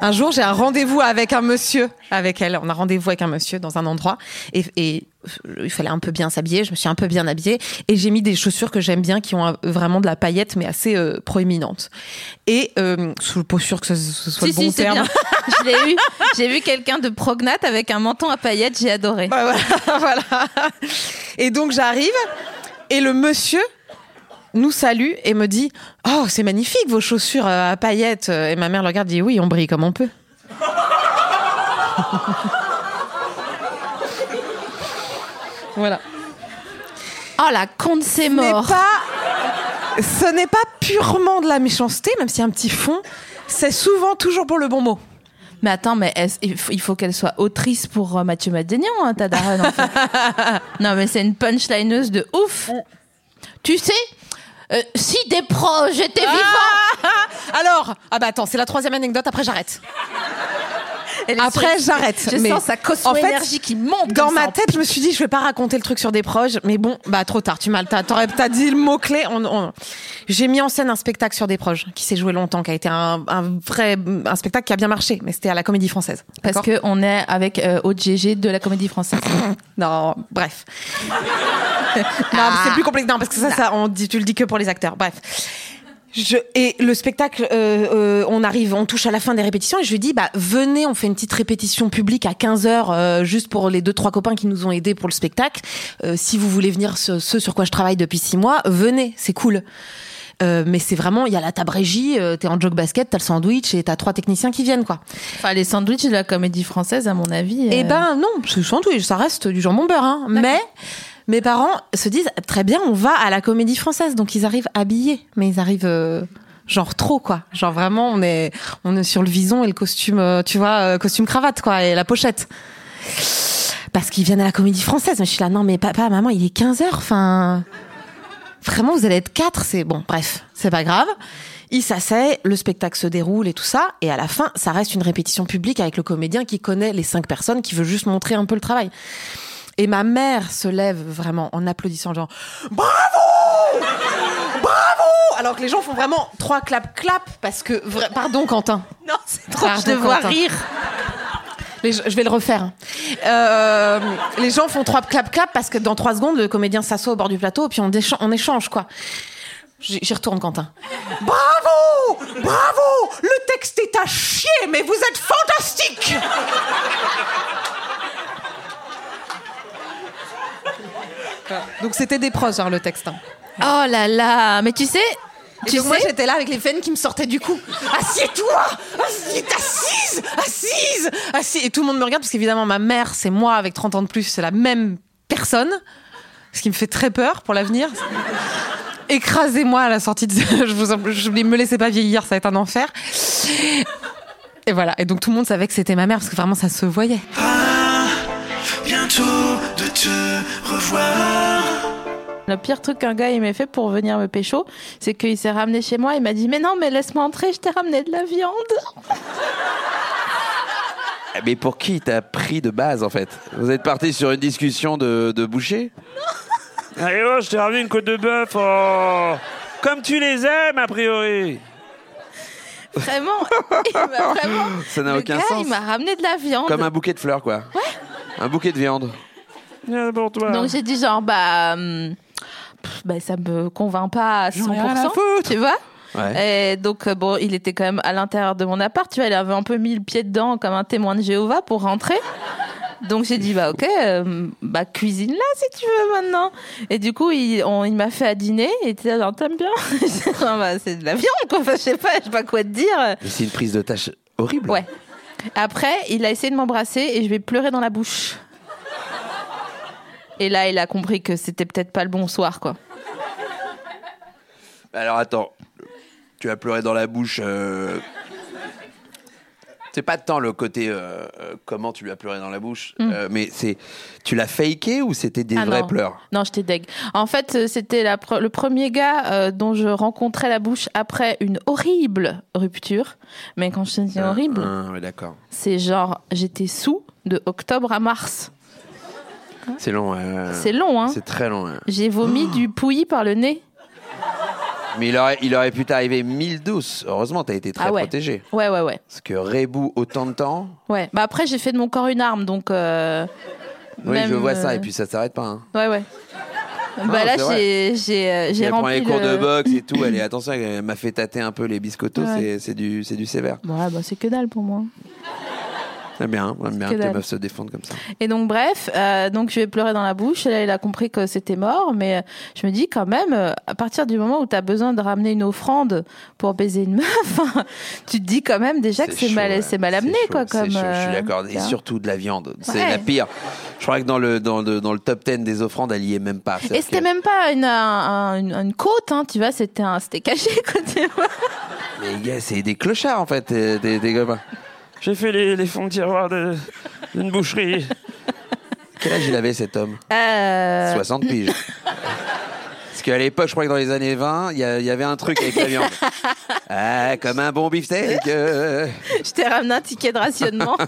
Speaker 2: Un jour, j'ai un rendez-vous avec un monsieur, avec elle. On a rendez-vous avec un monsieur dans un endroit. Et, et euh, il fallait un peu bien s'habiller. Je me suis un peu bien habillée. Et j'ai mis des chaussures que j'aime bien, qui ont un- vraiment de la paillette, mais assez euh, proéminente. Et euh, sous le pas sûr que ce, ce soit le bon
Speaker 5: c'est
Speaker 2: terme.
Speaker 5: bien. Je l'ai eu. J'ai vu quelqu'un de prognate avec un menton à paillettes, j'ai adoré.
Speaker 2: Bah, voilà, voilà. Et donc j'arrive et le monsieur nous salue et me dit Oh, c'est magnifique vos chaussures euh, à paillettes. Et ma mère le regarde et dit Oui, on brille comme on peut.
Speaker 5: Voilà.
Speaker 13: Oh la con de ses
Speaker 5: Ce n'est
Speaker 13: morts.
Speaker 5: pas- ce n'est pas purement de la méchanceté, même s'il y a un petit fond. C'est souvent toujours pour le bon mot.
Speaker 13: Mais attends, mais est-ce- il faut, il faut qu'elle soit autrice pour euh, Mathieu Madénian, hein, ta daronne, en fait. non, mais c'est une punchlineuse de ouf. Tu sais, euh, si des proches étaient vivants.
Speaker 5: Ah Alors, ah bah attends, c'est la troisième anecdote. Après, j'arrête.
Speaker 13: Elle est
Speaker 5: Après,
Speaker 13: sur-
Speaker 5: j'arrête.
Speaker 13: Je
Speaker 5: mais
Speaker 13: sens sa
Speaker 5: en fait,
Speaker 13: cosmo-énergie qui monte.
Speaker 5: Dans
Speaker 13: comme ça.
Speaker 5: ma tête, je me suis dit, je vais pas raconter le truc sur des proches, mais bon, bah trop tard, tu m'as, t'as, t'aurais- t'as dit le mot clé. on- on- J'ai mis en scène un spectacle sur des proches qui s'est joué longtemps, qui a été un, un vrai, un spectacle qui a bien marché, mais c'était à la Comédie Française.
Speaker 13: Parce
Speaker 5: D'accord
Speaker 13: qu'on est avec euh, OGG de la comédie française.
Speaker 5: non, bref. Non, mais c'est plus compliqué. Non, parce que ça, ça, on dit, tu le dis que pour les acteurs. Bref. Je, et le spectacle, euh, euh, on arrive, on touche à la fin des répétitions et je lui dis, bah venez, on fait une petite répétition publique à 15 h juste pour les deux trois copains qui nous ont aidés pour le spectacle. Euh, si vous voulez venir, ce, ce sur quoi je travaille depuis six mois, venez, c'est cool. Euh, mais c'est vraiment, il y a la table régie, euh, t'es en jog basket, t'as le sandwich et t'as trois techniciens qui viennent quoi.
Speaker 13: Enfin, les sandwichs de la comédie française, à mon avis.
Speaker 5: Eh
Speaker 13: euh,
Speaker 5: ben non, c'est sandwich, ça reste du jambon beurre. hein. Mais mes parents se disent très bien, on va à la comédie française. Donc ils arrivent habillés, mais ils arrivent euh, genre trop quoi. Genre vraiment, on est on est sur le vison et le costume, euh, tu vois, euh, costume cravate quoi et la pochette. Parce qu'ils viennent à la comédie française. Mais je suis là, non mais papa, maman, il est 15h, enfin vraiment vous allez être quatre, c'est bon, bref, c'est pas grave. Il s'asseye, le spectacle se déroule et tout ça, et à la fin, ça reste une répétition publique avec le comédien qui connaît les cinq personnes, qui veut juste montrer un peu le travail. Et ma mère se lève vraiment en applaudissant, genre bravo, bravo, alors que les gens font vraiment trois clap clap parce que vra- pardon Quentin, non c'est
Speaker 13: trop, je te vois rire.
Speaker 5: les gens- je vais le refaire. Euh, les gens font trois clap clap parce que dans trois secondes, le comédien s'assoit au bord du plateau et puis on, décha- on échange quoi. J'y j'y retourne, Quentin. Bravo Bravo Le texte est à chier, mais vous êtes fantastique Donc c'était des proches, hein, le texte. hein.
Speaker 13: Oh là là, mais tu sais,
Speaker 5: Et
Speaker 13: tu
Speaker 5: donc moi
Speaker 13: sais,
Speaker 5: j'étais là avec les veines qui me sortaient du cou. Assieds-toi Assieds- Assise Assise Assise Et tout le monde me regarde parce qu'évidemment ma mère, c'est moi avec 30 ans de plus, c'est la même personne. Ce qui me fait très peur pour l'avenir. Écrasez-moi à la sortie de... je vous en- je voulais me laissez pas vieillir, ça va être un enfer. Et voilà. Et donc tout le monde savait que c'était ma mère parce que vraiment ça se voyait.
Speaker 8: Bientôt de te revoir.
Speaker 13: le pire truc qu'un gars il m'a fait pour venir me pécho, c'est qu'il s'est ramené chez moi, il m'a dit mais non mais laisse-moi entrer, je t'ai ramené de la viande.
Speaker 14: Mais pour qui t'as pris de base en fait Vous êtes parti sur une discussion de, de boucher
Speaker 4: Allez, oh, je t'ai ramené une côte de bœuf. oh. Comme tu les aimes, a priori.
Speaker 13: Vraiment, il m'a vraiment.
Speaker 14: Ça n'a
Speaker 13: le
Speaker 14: aucun
Speaker 13: gars,
Speaker 14: sens.
Speaker 13: Il m'a ramené de la viande.
Speaker 14: Comme un bouquet de fleurs quoi. Un bouquet de viande.
Speaker 13: Donc j'ai dit genre bah, hum, pff, bah ça me convainc pas à 100%,
Speaker 14: ai rien à
Speaker 13: tu vois.
Speaker 14: Ouais.
Speaker 13: Et donc euh, bon, il était quand même à l'intérieur de mon appart, tu vois, il avait un peu mis le pied dedans comme un témoin de Jéhovah pour rentrer. Donc j'ai dit bah ok, euh, bah cuisine là si tu veux maintenant. Et du coup il, on- il m'a fait à dîner et il était genre t'aimes bien. J'étais genre, Bah, c'est de la viande quoi, Enfin, je sais pas, je sais pas quoi te dire.
Speaker 14: Mais C'est une prise de tâche horrible.
Speaker 13: Ouais. Après, il a essayé de m'embrasser et je vais pleurer dans la bouche. Et là, il a compris que c'était peut-être pas le bon soir, quoi.
Speaker 14: Alors attends, tu as pleuré dans la bouche. euh, C'est pas tant le côté euh, euh, comment tu lui as pleuré dans la bouche,
Speaker 13: Mm.
Speaker 14: euh, mais c'est tu l'as faké ou c'était des
Speaker 13: Ah
Speaker 14: vrais
Speaker 13: non.
Speaker 14: pleurs
Speaker 13: Non, j'étais deg. En fait, euh, c'était la pre- le premier gars euh, dont je rencontrais la bouche après une horrible rupture. Mais quand je te dis horrible,
Speaker 14: Ah, ouais, d'accord.
Speaker 13: c'est genre j'étais sous de octobre à mars.
Speaker 14: C'est long. ouais.
Speaker 13: C'est long, hein.
Speaker 14: C'est très long. ouais.
Speaker 13: J'ai vomi
Speaker 14: Oh.
Speaker 13: du pouilly par le nez.
Speaker 14: Mais il aurait, il aurait pu t'arriver 1012. Heureusement, t'as été très
Speaker 13: ah ouais.
Speaker 14: protégé.
Speaker 13: Ouais, ouais, ouais.
Speaker 14: Parce que Rebou, autant de temps.
Speaker 13: Ouais. Bah après, j'ai fait de mon corps une arme, donc. euh,
Speaker 14: Oui,
Speaker 13: même,
Speaker 14: je vois ça,
Speaker 13: euh,
Speaker 14: et puis ça s'arrête pas. hein.
Speaker 13: Ouais, ouais.
Speaker 14: Non,
Speaker 13: bah là,
Speaker 14: Ah, c'est vrai.
Speaker 13: j'ai- j'ai euh, j'ai
Speaker 14: Elle prend
Speaker 13: rempli.
Speaker 14: les cours
Speaker 13: le-
Speaker 14: de boxe et tout. Elle est attention, elle m'a fait tâter un peu les biscottos.
Speaker 13: Ouais.
Speaker 14: c'est- C'est du, c'est du sévère.
Speaker 13: Ouais, bah c'est que dalle pour moi.
Speaker 14: J'aime bien, hein, j'aime bien
Speaker 5: Que
Speaker 14: que les
Speaker 5: dalle.
Speaker 14: meufs se défendent comme ça.
Speaker 5: Et donc bref, euh, donc je vais pleurer dans la bouche. Elle, elle a compris que c'était mort, mais euh, je me dis quand même, euh, à partir du moment où tu as besoin de ramener une offrande pour baiser une meuf, tu te dis quand même déjà que c'est mal, c'est mal amené quoi.
Speaker 14: C'est
Speaker 5: Comme
Speaker 14: chaud, je
Speaker 5: euh,
Speaker 14: suis d'accord. Et
Speaker 5: tu vois.
Speaker 14: surtout de la viande. C'est
Speaker 5: Ouais.
Speaker 14: la pire. Je crois que dans le, dans, le, dans le top 10 des offrandes, elle y est même pas.
Speaker 5: Et
Speaker 14: C'est-à-dire
Speaker 5: c'était même pas une, un- un- une, une côte, hein, tu vois, c'était un- c'était caché quoi. tu vois.
Speaker 14: que- Mais gars, c'est des clochards en fait, euh, des, des copains.
Speaker 15: J'ai fait les, les fonds de tiroir de- d'une boucherie.
Speaker 14: Quel âge il avait cet homme
Speaker 5: Euh,
Speaker 14: 60 piges. Parce qu'à l'époque, je crois que dans les années 20, il y, a- il y avait un truc avec la viande. Ah, comme un bon beefsteak. euh.
Speaker 5: Je t'ai ramené un ticket de rationnement.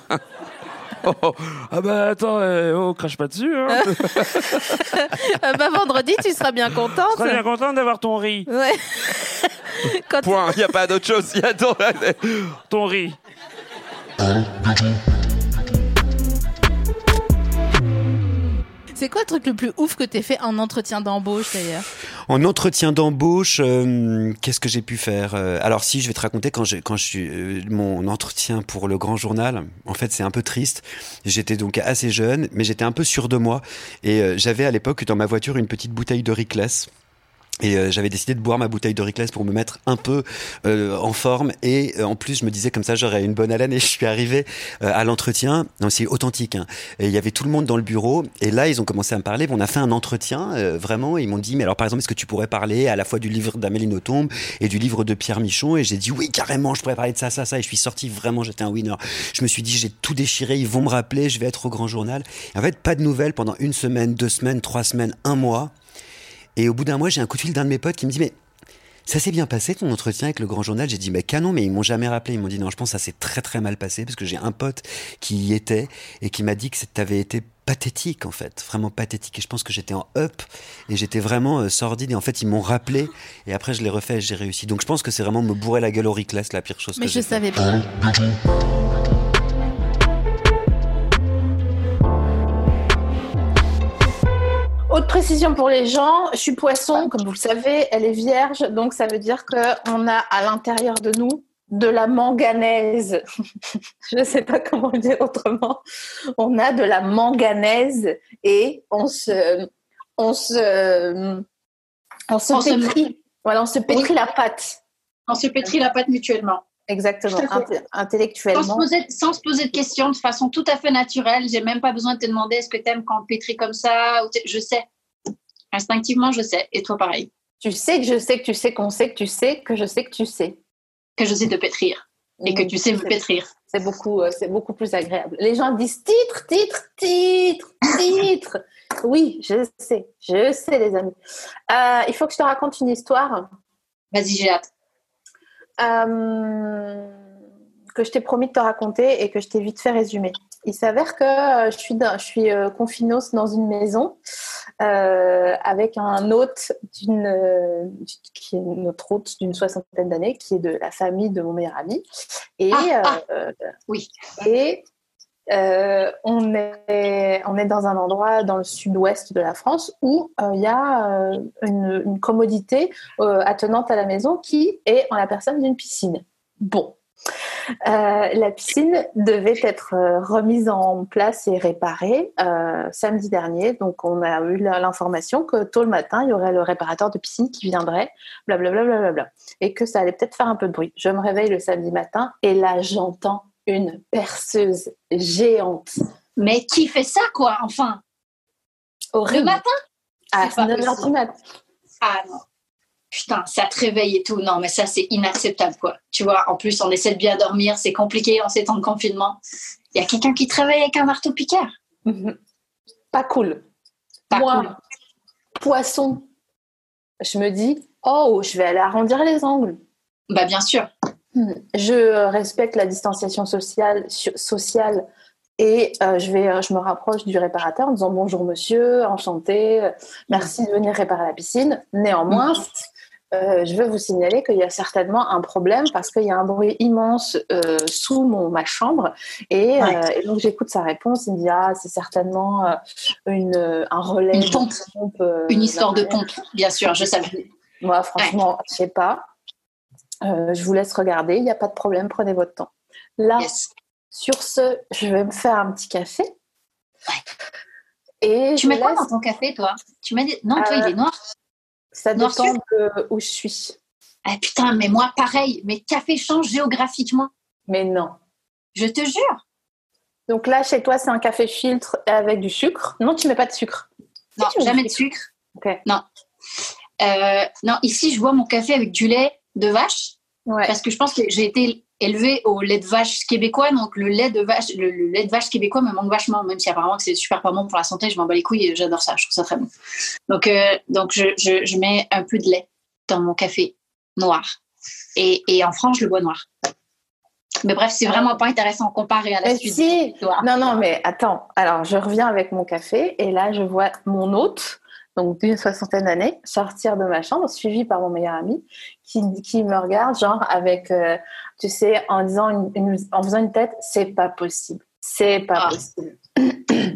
Speaker 15: Oh, oh. Ah bah attends, euh, oh, crache pas dessus. Hein.
Speaker 5: Euh, bah vendredi, tu seras bien contente.
Speaker 15: Très bien content d'avoir ton riz.
Speaker 5: Ouais. Quand
Speaker 14: Point, il n'y a pas d'autre chose. Il y a ton...
Speaker 15: ton riz.
Speaker 5: C'est quoi le truc le plus ouf que t'aies fait en entretien d'embauche d'ailleurs
Speaker 16: En entretien d'embauche, euh, qu'est-ce que j'ai pu faire Euh, Alors si, je vais te raconter quand je, quand je suis euh, mon entretien pour le Grand Journal. En fait, c'est un peu triste. J'étais donc assez jeune, mais j'étais un peu sûr de moi et euh, j'avais à l'époque dans ma voiture une petite bouteille de Ricless. Et euh, j'avais décidé de boire ma bouteille de Ricless pour me mettre un peu euh, en forme. Et euh, en plus, je me disais comme ça, j'aurais une bonne haleine. Et je suis arrivé euh, à l'entretien. Non, c'est authentique. hein. Et il y avait tout le monde dans le bureau. Et là, ils ont commencé à me parler. On a fait un entretien, euh, vraiment. Et ils m'ont dit, mais alors, par exemple, est-ce que tu pourrais parler à la fois du livre d'Amélie Nothomb et du livre de Pierre Michon Et j'ai dit, oui, carrément, je pourrais parler de ça, ça, ça. Et je suis sorti vraiment, j'étais un winner. Je me suis dit, j'ai tout déchiré. Ils vont me rappeler. Je vais être au grand journal. Et en fait, pas de nouvelles pendant une semaine, deux semaines, trois semaines, un mois. Et au bout d'un mois, j'ai un coup de fil d'un de mes potes qui me dit Mais ça s'est bien passé ton entretien avec le Grand Journal J'ai dit Mais canon, mais ils m'ont jamais rappelé. Ils m'ont dit Non, je pense que ça s'est très très mal passé parce que j'ai un pote qui y était et qui m'a dit que t'avais été pathétique en fait, vraiment pathétique. Et je pense que j'étais en up et j'étais vraiment euh, sordide. Et en fait, ils m'ont rappelé et après, je l'ai refait et j'ai réussi. Donc je pense que c'est vraiment me bourrer la gueule au Rickless, la pire chose
Speaker 5: Mais
Speaker 16: que
Speaker 5: je
Speaker 16: j'ai
Speaker 5: savais
Speaker 16: fait.
Speaker 5: pas. Autre précision pour les gens, je suis poisson, comme vous le savez, elle est vierge, donc ça veut dire qu'on a à l'intérieur de nous de la manganèse. je ne sais pas comment le dire autrement. On a de la manganèse et on se... On se... On se
Speaker 17: On se-
Speaker 5: pétrit. Voilà, on se pétrit
Speaker 17: Oui.
Speaker 5: la patte.
Speaker 17: On se pétrit la patte mutuellement.
Speaker 5: Exactement,
Speaker 17: Tout à fait.
Speaker 5: inte-
Speaker 17: Sans se,
Speaker 5: intellectuellement.
Speaker 17: poser, sans se poser de questions, de façon tout à fait naturelle. J'ai même pas besoin de te demander est-ce que t'aimes quand on te pétrit comme ça. ou t'es- Je sais. Instinctivement, je sais. Et toi, pareil.
Speaker 5: Tu sais que je sais que tu sais qu'on sait que tu sais que je sais que tu sais. Mm.
Speaker 17: Que je sais te pétrir. Et que tu sais me
Speaker 5: C'est-
Speaker 17: pétrir.
Speaker 5: C'est beaucoup, euh, c'est beaucoup plus agréable. Les gens disent titre, titre, titre, titre. Oui, je sais, je sais, les amis. Euh, il faut que je te raconte une histoire.
Speaker 17: Vas-y, j'ai hâte.
Speaker 5: Euh, que je t'ai promis de te raconter et que je t'ai vite fait résumer. Il s'avère que euh, je suis, dans- je suis euh, confinos dans une maison euh, avec un hôte d'une, euh, qui est notre hôte d'une soixantaine d'années, qui est de la famille de mon meilleur ami. Et, euh,
Speaker 17: oui.
Speaker 5: et euh, on, est, on est dans un endroit dans le sud-ouest de la France où euh, il y a euh, une, une commodité euh, attenante à la maison qui est en la personne d'une piscine. Bon. Euh, la piscine devait être euh, remise en place et réparée euh, samedi dernier. Donc, on a eu la- l'information que tôt le matin, il y aurait le réparateur de piscine qui viendrait, blablabla, blablabla, et que ça allait peut-être faire un peu de bruit. Je me réveille le samedi matin et là, j'entends une perceuse géante.
Speaker 17: Mais qui fait ça, quoi, enfin
Speaker 5: Horrible.
Speaker 17: Le matin
Speaker 5: À
Speaker 17: C'est pas
Speaker 5: 9 heures du
Speaker 17: possible.
Speaker 5: matin.
Speaker 17: Ah non. Putain, ça te réveille et tout. Non, mais ça, c'est inacceptable, quoi. Tu vois, en plus, on essaie de bien dormir. C'est compliqué en ces temps de confinement. Il y a quelqu'un qui travaille avec un marteau-piqueur.
Speaker 5: Mhm. Pas cool. Moi, poisson, je me dis, oh, je vais aller arrondir les angles.
Speaker 17: Bah, bien sûr.
Speaker 5: Je euh, respecte la distanciation sociale, so- sociale et euh, je, vais, euh, je me rapproche du réparateur en disant bonjour monsieur, enchanté, euh, merci de venir réparer la piscine. Néanmoins,
Speaker 17: Mm.
Speaker 5: euh, je veux vous signaler qu'il y a certainement un problème parce qu'il y a un bruit immense euh, sous mon, ma chambre. Et,
Speaker 17: Ouais.
Speaker 5: euh, et donc j'écoute sa réponse. Il me dit Ah, c'est certainement euh, une, euh, un relais. de
Speaker 17: pompe.
Speaker 5: euh,
Speaker 17: Une histoire de
Speaker 5: machin.
Speaker 17: pompe, bien sûr, je savais.
Speaker 5: Moi, franchement, je sais pas. Euh, je vous laisse regarder, il n'y a pas de problème, prenez votre temps. Là, Sur ce, je vais me faire un petit café. Et
Speaker 17: Tu
Speaker 5: je
Speaker 17: mets quoi
Speaker 5: laisse-
Speaker 17: dans ton café, toi Tu mets des- Non, toi,
Speaker 5: Euh,
Speaker 17: il est noir.
Speaker 5: Ça
Speaker 17: Noir
Speaker 5: dépend
Speaker 17: sucre
Speaker 5: de où je suis.
Speaker 17: Ah putain, mais moi, pareil. Mais café change géographiquement.
Speaker 5: Mais non.
Speaker 17: Je te jure.
Speaker 5: Donc là, chez toi, c'est un café filtre avec du sucre. Non, tu mets pas de sucre.
Speaker 17: Non, jamais de sucre. Non. Euh, non, ici, je bois mon café avec du lait de vache. Parce que je pense que j'ai été élevée au lait de vache québécois, donc le lait de vache, le, le lait de vache québécois me manque vachement, même si apparemment que c'est super pas bon pour la santé, je m'en bats les couilles et j'adore ça, je trouve ça très bon. Donc, euh, donc je, je- je mets un peu de lait dans mon café noir. Et, et en France, je le bois noir. Mais bref, c'est vraiment pas intéressant comparé à la
Speaker 5: Mais
Speaker 17: suite.
Speaker 5: si Non, non, mais attends. Alors, je reviens avec mon café et là, je vois mon hôte, donc d'une soixantaine d'années, sortir de ma chambre, suivi par mon meilleur ami, qui, qui me regarde, genre, avec, euh, tu sais, en, disant une- une- en faisant une tête, c'est pas possible. C'est
Speaker 17: Ah.
Speaker 5: pas possible.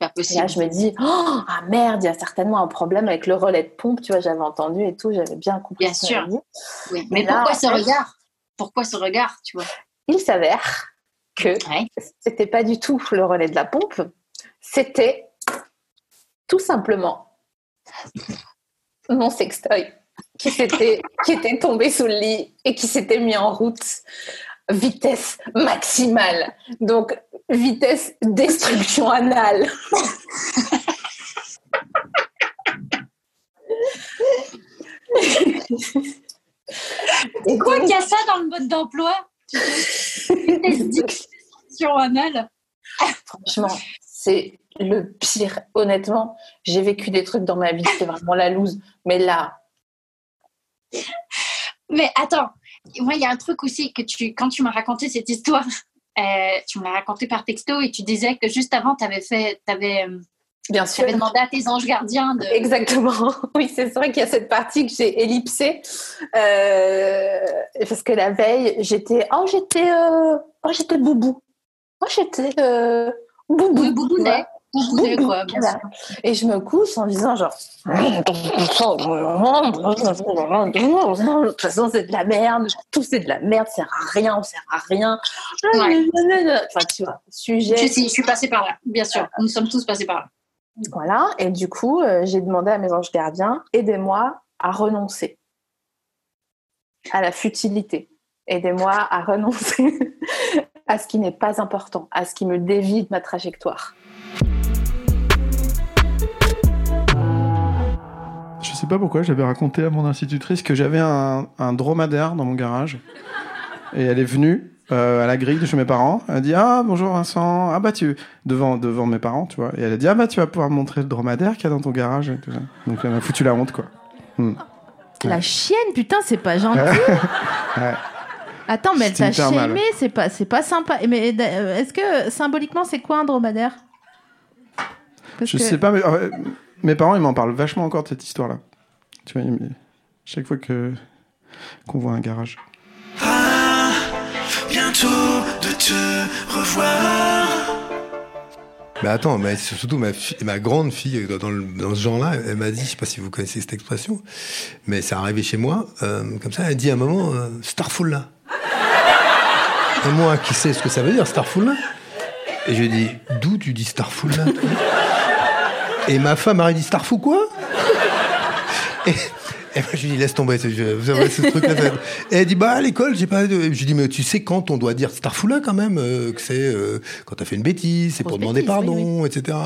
Speaker 5: Et là, je me dis, oh, ah merde, il y a certainement un problème avec le relais de pompe, tu vois, j'avais entendu et tout, j'avais bien compris.
Speaker 17: Bien
Speaker 5: ce qu'on
Speaker 17: sûr.
Speaker 5: avait dit.
Speaker 17: Oui, Mais
Speaker 5: Et là,
Speaker 17: pourquoi
Speaker 5: en
Speaker 17: ce
Speaker 5: fait,
Speaker 17: regard Pourquoi ce regard, tu vois
Speaker 5: il s'avère que c'était pas du tout le relais de la pompe, c'était tout simplement mon sextoy qui s'était qui était tombé sous le lit et qui s'était mis en route vitesse maximale. Donc vitesse destruction anale.
Speaker 17: C'est quoi qu'il y a ça dans le mode d'emploi Tu sais, vitesse destruction anale.
Speaker 5: Franchement, c'est le pire. Honnêtement, j'ai vécu des trucs dans ma vie, c'est vraiment la loose. Mais là,
Speaker 17: Mais attends, moi, il y a un truc aussi que tu, quand tu m'as raconté cette histoire, euh, tu me l'as raconté par texto et tu disais que juste avant, tu avais fait, t'avais, euh,
Speaker 5: Bien
Speaker 17: t'avais
Speaker 5: sûr.
Speaker 17: demandé à tes anges gardiens de.
Speaker 5: Exactement. Oui, c'est vrai qu'il y a cette partie que j'ai ellipsée. Euh, parce que la veille, j'étais. Oh, j'étais. euh, Oh, j'étais boubou. Oh, j'étais. euh, Boubou.
Speaker 17: boubounet. Boubounet,
Speaker 5: Boubou,
Speaker 17: quoi, bien
Speaker 5: voilà. Et je me couche en disant genre. De toute façon, c'est de la merde. Tout, c'est de la merde. Ça sert à rien. On sert à rien. Enfin, tu vois, sujet.
Speaker 17: Je, sais, je suis passée par là, bien sûr. Nous sommes tous passés par là.
Speaker 5: Voilà, et du coup, euh, j'ai demandé à mes anges gardiens, aidez-moi à renoncer à la futilité. Aidez-moi à renoncer à ce qui n'est pas important, à ce qui me dévie de ma trajectoire.
Speaker 18: Je sais pas pourquoi, j'avais raconté à mon institutrice que j'avais un, un dromadaire dans mon garage. Et elle est venue euh, à la grille de chez mes parents. Elle a dit Ah, bonjour Vincent. Ah, bah, tu. Devant, devant mes parents, tu vois. Et elle a dit Ah, bah, tu vas pouvoir me montrer le dromadaire qu'il y a dans ton garage. Et tout ça. Donc, elle m'a foutu la honte, quoi. Hmm.
Speaker 19: La chienne, putain, c'est pas gentil.
Speaker 18: Ouais.
Speaker 19: Attends, mais elle
Speaker 18: C'est
Speaker 19: t'a
Speaker 18: hyper mal.
Speaker 19: shamé, c'est pas, c'est pas sympa. Et Mais euh, est-ce que symboliquement, c'est quoi un dromadaire Parce
Speaker 18: Je
Speaker 19: que-
Speaker 18: sais pas, mais euh, mes parents, ils m'en parlent vachement encore de cette histoire-là. Tu vois, ils me- chaque fois que qu'on voit un garage.
Speaker 8: Bientôt de te revoir.
Speaker 20: Mais Bah, attends, mais c'est surtout ma, fi- ma grande fille dans, dans le- dans ce genre-là, elle m'a dit, je sais pas si vous connaissez cette expression, mais c'est arrivé chez moi, euh, comme ça, elle dit à un moment, euh, Starfall là. Et moi, qui sais ce que ça veut dire, Starfall là Et je dis, d'où tu dis Starfall là toi Et ma femme m'a dit, Starfou quoi et, et moi, je lui dis, laisse tomber, ce, je- vous savez, ce truc-là. ça- Et elle dit, bah, à l'école, j'ai pas. de- Je lui dis, mais tu sais quand on doit dire Starfoula quand même, euh, que c'est euh, quand t'as fait une bêtise, c'est pour demander pardon, etc.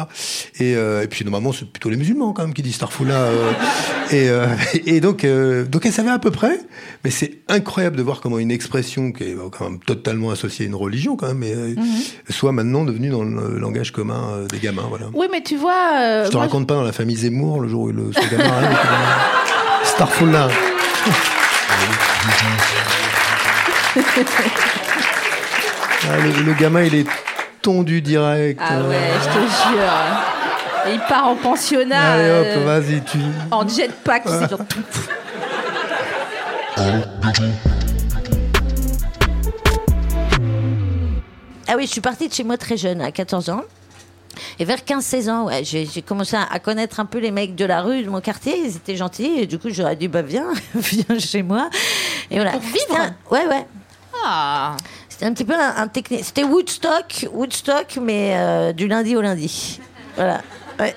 Speaker 20: Et, euh, et puis, normalement, c'est plutôt les musulmans quand même qui disent Starfoula. euh. et, euh, et donc, euh, donc, elle savait à peu près, mais c'est incroyable de voir comment une expression qui est quand même totalement associée à une religion, quand même, mais, euh, soit maintenant devenue dans le langage commun euh, des gamins. Voilà.
Speaker 19: Oui, mais tu vois. euh,
Speaker 20: Je te
Speaker 19: moi,
Speaker 20: raconte pas dans la famille Zemmour le jour où le son gamin arrive. Starfall là. Ah, le, le gamin il est tondu direct.
Speaker 19: Ah
Speaker 20: Euh,
Speaker 19: ouais, je te jure. Et il part en pensionnat.
Speaker 20: Allez hop,
Speaker 19: euh,
Speaker 20: vas-y, tu.
Speaker 19: En jetpack, c'est genre tout.
Speaker 21: Ah oui, je suis partie de chez moi très jeune, à 14 ans. Et vers 15-16 ans, ouais, j'ai j'ai commencé à- à connaître un peu les mecs de la rue, de mon quartier. Ils étaient gentils. Et du coup, j'aurais dit, bah viens, viens chez moi. Et voilà. Pour vivre Ouais, ouais.
Speaker 19: Ah.
Speaker 21: C'était un petit peu un, un technique. C'était Woodstock, Woodstock, mais euh, du lundi au lundi. Voilà. Ouais.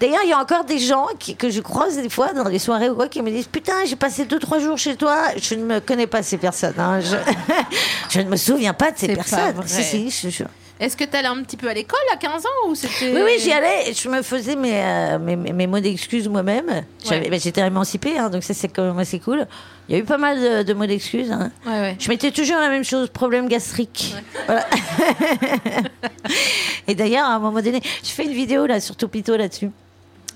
Speaker 21: D'ailleurs, il y a encore des gens qui- que je croise des fois dans des soirées ou quoi qui me disent Putain, j'ai passé 2-3 jours chez toi. Je ne me connais pas ces personnes. hein. Je... je ne me souviens pas de ces
Speaker 5: C'est pas
Speaker 21: personnes.
Speaker 5: vrai.
Speaker 21: Si, si, je te jure.
Speaker 5: Est-ce que t'allais un petit peu à l'école à 15 ans ou c'était
Speaker 21: Oui, oui, j'y allais. et Je me faisais mes, euh, mes, mes- mes mots d'excuses moi-même. J'avais-
Speaker 5: Ouais.
Speaker 21: bah, J'étais émancipée, hein, donc ça, c'est quand même assez cool. Il y a eu pas mal de, de mots d'excuses. hein.
Speaker 5: Ouais, ouais.
Speaker 21: Je mettais toujours la même chose, problème gastrique. Voilà. Et d'ailleurs, à un moment donné, je fais une vidéo là sur Topito là-dessus.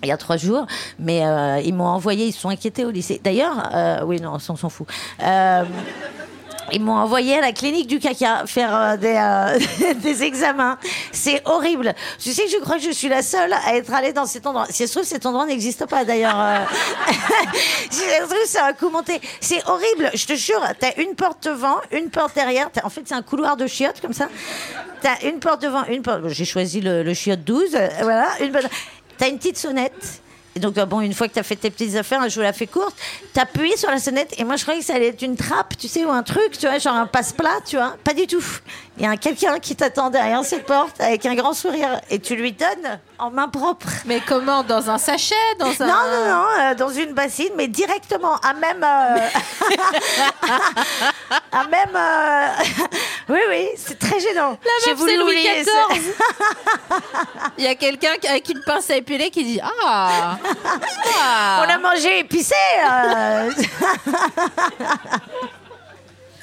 Speaker 21: Il y a trois jours, mais euh, ils m'ont envoyé, ils se sont inquiétés au lycée. D'ailleurs, euh, oui, non, ça, on s'en fout. Euh, ils m'ont envoyé à la clinique du caca faire euh, des, euh, des examens. C'est horrible. Tu sais, je crois que je suis la seule à être allée dans cet endroit. Si ça se trouve, cet endroit n'existe pas d'ailleurs. euh. si ça se trouve, c'est un coup monté. C'est horrible. Je te jure, t'as une porte devant, une porte derrière. T'as- En fait, c'est un couloir de chiottes comme ça. T'as une porte devant, une porte. J'ai choisi le, le chiotte 12. euh, voilà. Une... porte- T'as une petite sonnette. Et donc, euh, bon, une fois que tu as fait tes petites affaires, je vous la fais courte, t'appuies sur la sonnette, et moi je croyais que ça allait être une trappe, tu sais, ou un truc, tu vois, genre un passe-plat, tu vois. Pas du tout. Il y a un- quelqu'un qui t'attend derrière cette porte avec un grand sourire, et tu lui donnes en main propre. Mais comment Dans un sachet dans Non,
Speaker 5: un-
Speaker 21: non, non, euh, dans une bassine, mais directement, à même. euh, à même. euh, oui, oui, c'est très gênant.
Speaker 5: La
Speaker 21: J'ai
Speaker 5: meuf,
Speaker 21: voulu
Speaker 5: c'est Louis
Speaker 21: oublier ça.
Speaker 5: XIV. Il y a quelqu'un qui- avec une pince à épiler qui dit Ah
Speaker 21: On a mangé épicé. euh.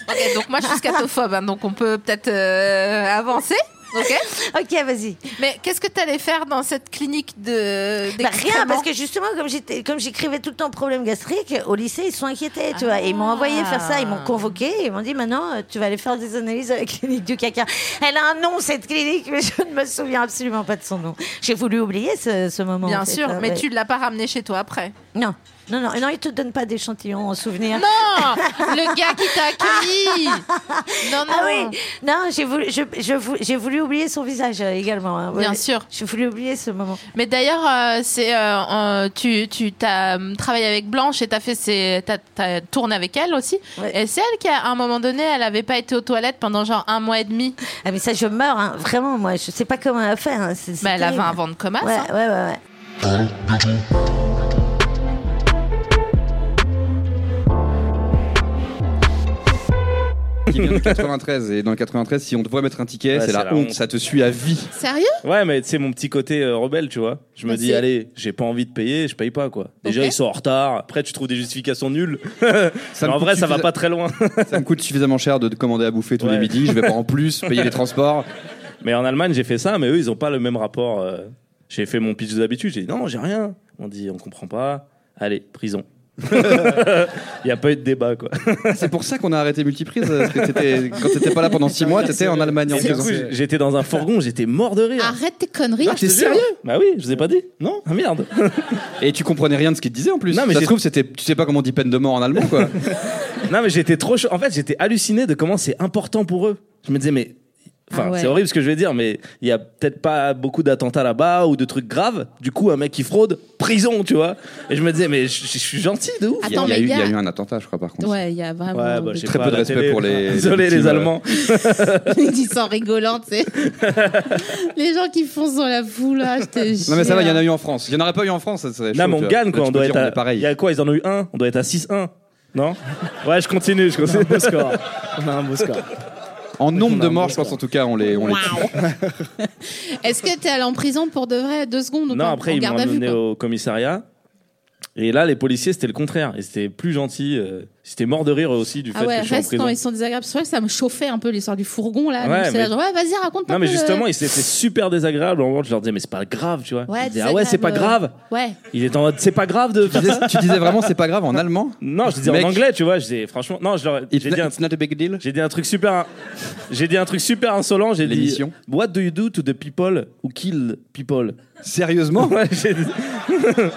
Speaker 5: Ok, donc moi je suis scatophobe, hein, donc on peut peut-être euh, avancer. Ok
Speaker 21: Ok, vas-y.
Speaker 5: Mais qu'est-ce que t'allais faire dans cette clinique de.
Speaker 21: Bah, rien,
Speaker 5: d'excréments
Speaker 21: parce que justement, comme j'étais- comme j'écrivais tout le temps problème gastrique, au lycée, ils se sont inquiétés, tu vois. Et ils m'ont envoyé faire ça, ils
Speaker 5: Ah.
Speaker 21: m'ont convoqué, et ils m'ont dit, maintenant, euh, tu vas aller faire des analyses à la clinique du caca. Elle a un nom, cette clinique, mais je ne me souviens absolument pas de son nom. J'ai voulu oublier ce, ce moment.
Speaker 5: Bien
Speaker 21: en fait,
Speaker 5: sûr,
Speaker 21: hein,
Speaker 5: mais
Speaker 21: ouais.
Speaker 5: tu ne l'as pas ramené chez toi après.
Speaker 21: Non. Non, non, non, ils te donnent pas d'échantillons en souvenir.
Speaker 5: Non Le gars qui t'a accueilli Non, non.
Speaker 21: Ah oui. Non, j'ai voulu, je- je vou- j'ai voulu oublier son visage euh, également. hein, ouais.
Speaker 5: Bien sûr.
Speaker 21: J'ai voulu oublier ce moment.
Speaker 5: Mais d'ailleurs, euh, c'est euh, euh, tu tu t'as hum, travaillé avec Blanche et t'as fait ses t'as, t'as tourné avec elle aussi. Et c'est elle qui à un moment donné, elle avait pas été aux toilettes pendant genre un mois et demi.
Speaker 21: Ah mais ça, je meurs, hein. vraiment. Moi, je sais pas comment elle a fait. hein. C'est- c'est
Speaker 5: Bah, elle avait
Speaker 21: terrible.
Speaker 5: un ventre comme as,
Speaker 21: Ouais,
Speaker 5: hein.
Speaker 21: ouais, ouais, ouais.
Speaker 10: qui vient du 93. Et dans le 93, si on te voit mettre un ticket,
Speaker 22: Ouais,
Speaker 10: c'est la, honte, ça te suit à vie.
Speaker 5: Sérieux
Speaker 22: Ouais, mais tu sais, mon petit côté euh, rebelle, tu vois. Je me
Speaker 5: Mais
Speaker 22: dis,
Speaker 5: c'est-
Speaker 22: allez, j'ai pas envie de payer, je paye pas, quoi. Déjà,
Speaker 5: Ok.
Speaker 22: ils sont en retard. Après, tu trouves des justifications nulles.
Speaker 10: me
Speaker 22: mais en
Speaker 10: coûte
Speaker 22: vrai, ça va
Speaker 10: suffisa-
Speaker 22: pas très loin.
Speaker 10: Ça me coûte suffisamment cher de te commander à bouffer tous les midis. Je vais pas en plus payer les transports.
Speaker 22: Mais en Allemagne, j'ai fait ça, mais eux, ils ont pas le même rapport. euh. J'ai fait mon pitch d'habitude, j'ai dit, non, j'ai rien. On dit, on comprend pas. Allez, prison. Il y a pas eu de débat, quoi.
Speaker 10: C'est pour ça qu'on a arrêté Multiprise. Parce que t'étais- quand t'étais pas là pendant 6 mois, t'étais en Allemagne en
Speaker 22: Et du
Speaker 10: prison.
Speaker 22: coup, J'étais dans un fourgon, j'étais mort de rire.
Speaker 5: Arrête tes conneries.
Speaker 10: Ah, t'es sérieux
Speaker 22: Bah oui, je vous ai pas dit. Non Ah merde.
Speaker 10: Et tu comprenais rien de ce qu'il te disait en plus.
Speaker 22: Non, mais
Speaker 10: ça se
Speaker 22: j'ai-
Speaker 10: trouve, c'était, tu sais pas comment on dit peine de mort en allemand, quoi.
Speaker 22: Non, mais j'étais trop chaud. En fait, j'étais halluciné de comment c'est important pour eux. Je me disais, mais. Enfin, Ah ouais. c'est horrible ce que je vais dire, mais il y a peut-être pas beaucoup d'attentats là-bas ou de trucs graves. Du coup, un mec qui fraude, prison, tu vois. Et je me disais, mais je je suis gentil de ouf.
Speaker 5: Attends, Il y a- il y a mais eu- il y a gars- eu
Speaker 22: un attentat, je crois, par
Speaker 5: Ouais, il y a vraiment
Speaker 22: Ouais, bah, j'ai pas la télé.
Speaker 10: les
Speaker 22: Désolé,
Speaker 10: victimes,
Speaker 22: les
Speaker 10: euh.
Speaker 22: Allemands.
Speaker 5: Ils disent en rigolant, tu sais. Les gens qui foncent dans la foule là, je te
Speaker 10: Non, mais ça
Speaker 5: jure.
Speaker 10: va, il y en a eu en France. Il y en aurait pas eu en France, ça serait
Speaker 22: Non, mais
Speaker 10: chaud, tu
Speaker 22: on
Speaker 10: vois.
Speaker 22: gagne,
Speaker 10: Là,
Speaker 22: quoi.
Speaker 10: tu
Speaker 22: On
Speaker 10: peux
Speaker 22: doit
Speaker 10: dire,
Speaker 22: être à...
Speaker 10: est pareil.
Speaker 22: Il y a quoi Ils en ont eu un On doit être à 6-1. Non Ouais, je continue, je continue.
Speaker 10: beau score.
Speaker 22: On a un beau score.
Speaker 10: En nombre de morts, je pense en tout cas, on les, on les
Speaker 5: Est-ce que t'es allé en prison pour de vrai deux secondes ou
Speaker 22: Non,
Speaker 5: pas
Speaker 22: après,
Speaker 5: En
Speaker 22: ils m'ont
Speaker 5: garde à vue,
Speaker 22: amené
Speaker 5: quoi.
Speaker 22: au commissariat. Et là, les policiers, c'était le contraire. Ils étaient plus gentils. euh, Ils étaient morts de rire eux aussi du
Speaker 5: Ah
Speaker 22: fait
Speaker 5: ouais,
Speaker 22: que je suis en
Speaker 5: reste
Speaker 22: prison.
Speaker 5: quand ils sont désagréables. C'est vrai que ça me chauffait un peu l'histoire du fourgon là.
Speaker 22: Ouais,
Speaker 5: donc c'est
Speaker 22: mais-
Speaker 5: là, genre, ouais, vas-y, raconte
Speaker 22: Non,
Speaker 5: un
Speaker 22: mais
Speaker 5: peu le-
Speaker 22: justement, ils étaient super désagréables. En mode, je leur disais, mais c'est pas grave, tu vois. Ils disaient, ah ouais, c'est pas grave.
Speaker 5: désagréable. euh, Ouais.
Speaker 22: Il est en mode, c'est pas grave de.
Speaker 10: Tu disais- tu disais vraiment, c'est pas grave en allemand
Speaker 22: Non, je disais
Speaker 10: Mec.
Speaker 22: en anglais, tu vois. Je disais, franchement, non, je leur. j'ai dit un, J'ai dit un truc super. J'ai dit un truc super insolent. J'ai dit.
Speaker 10: L'émission.
Speaker 22: What do you do to the people who kill people?
Speaker 10: Sérieusement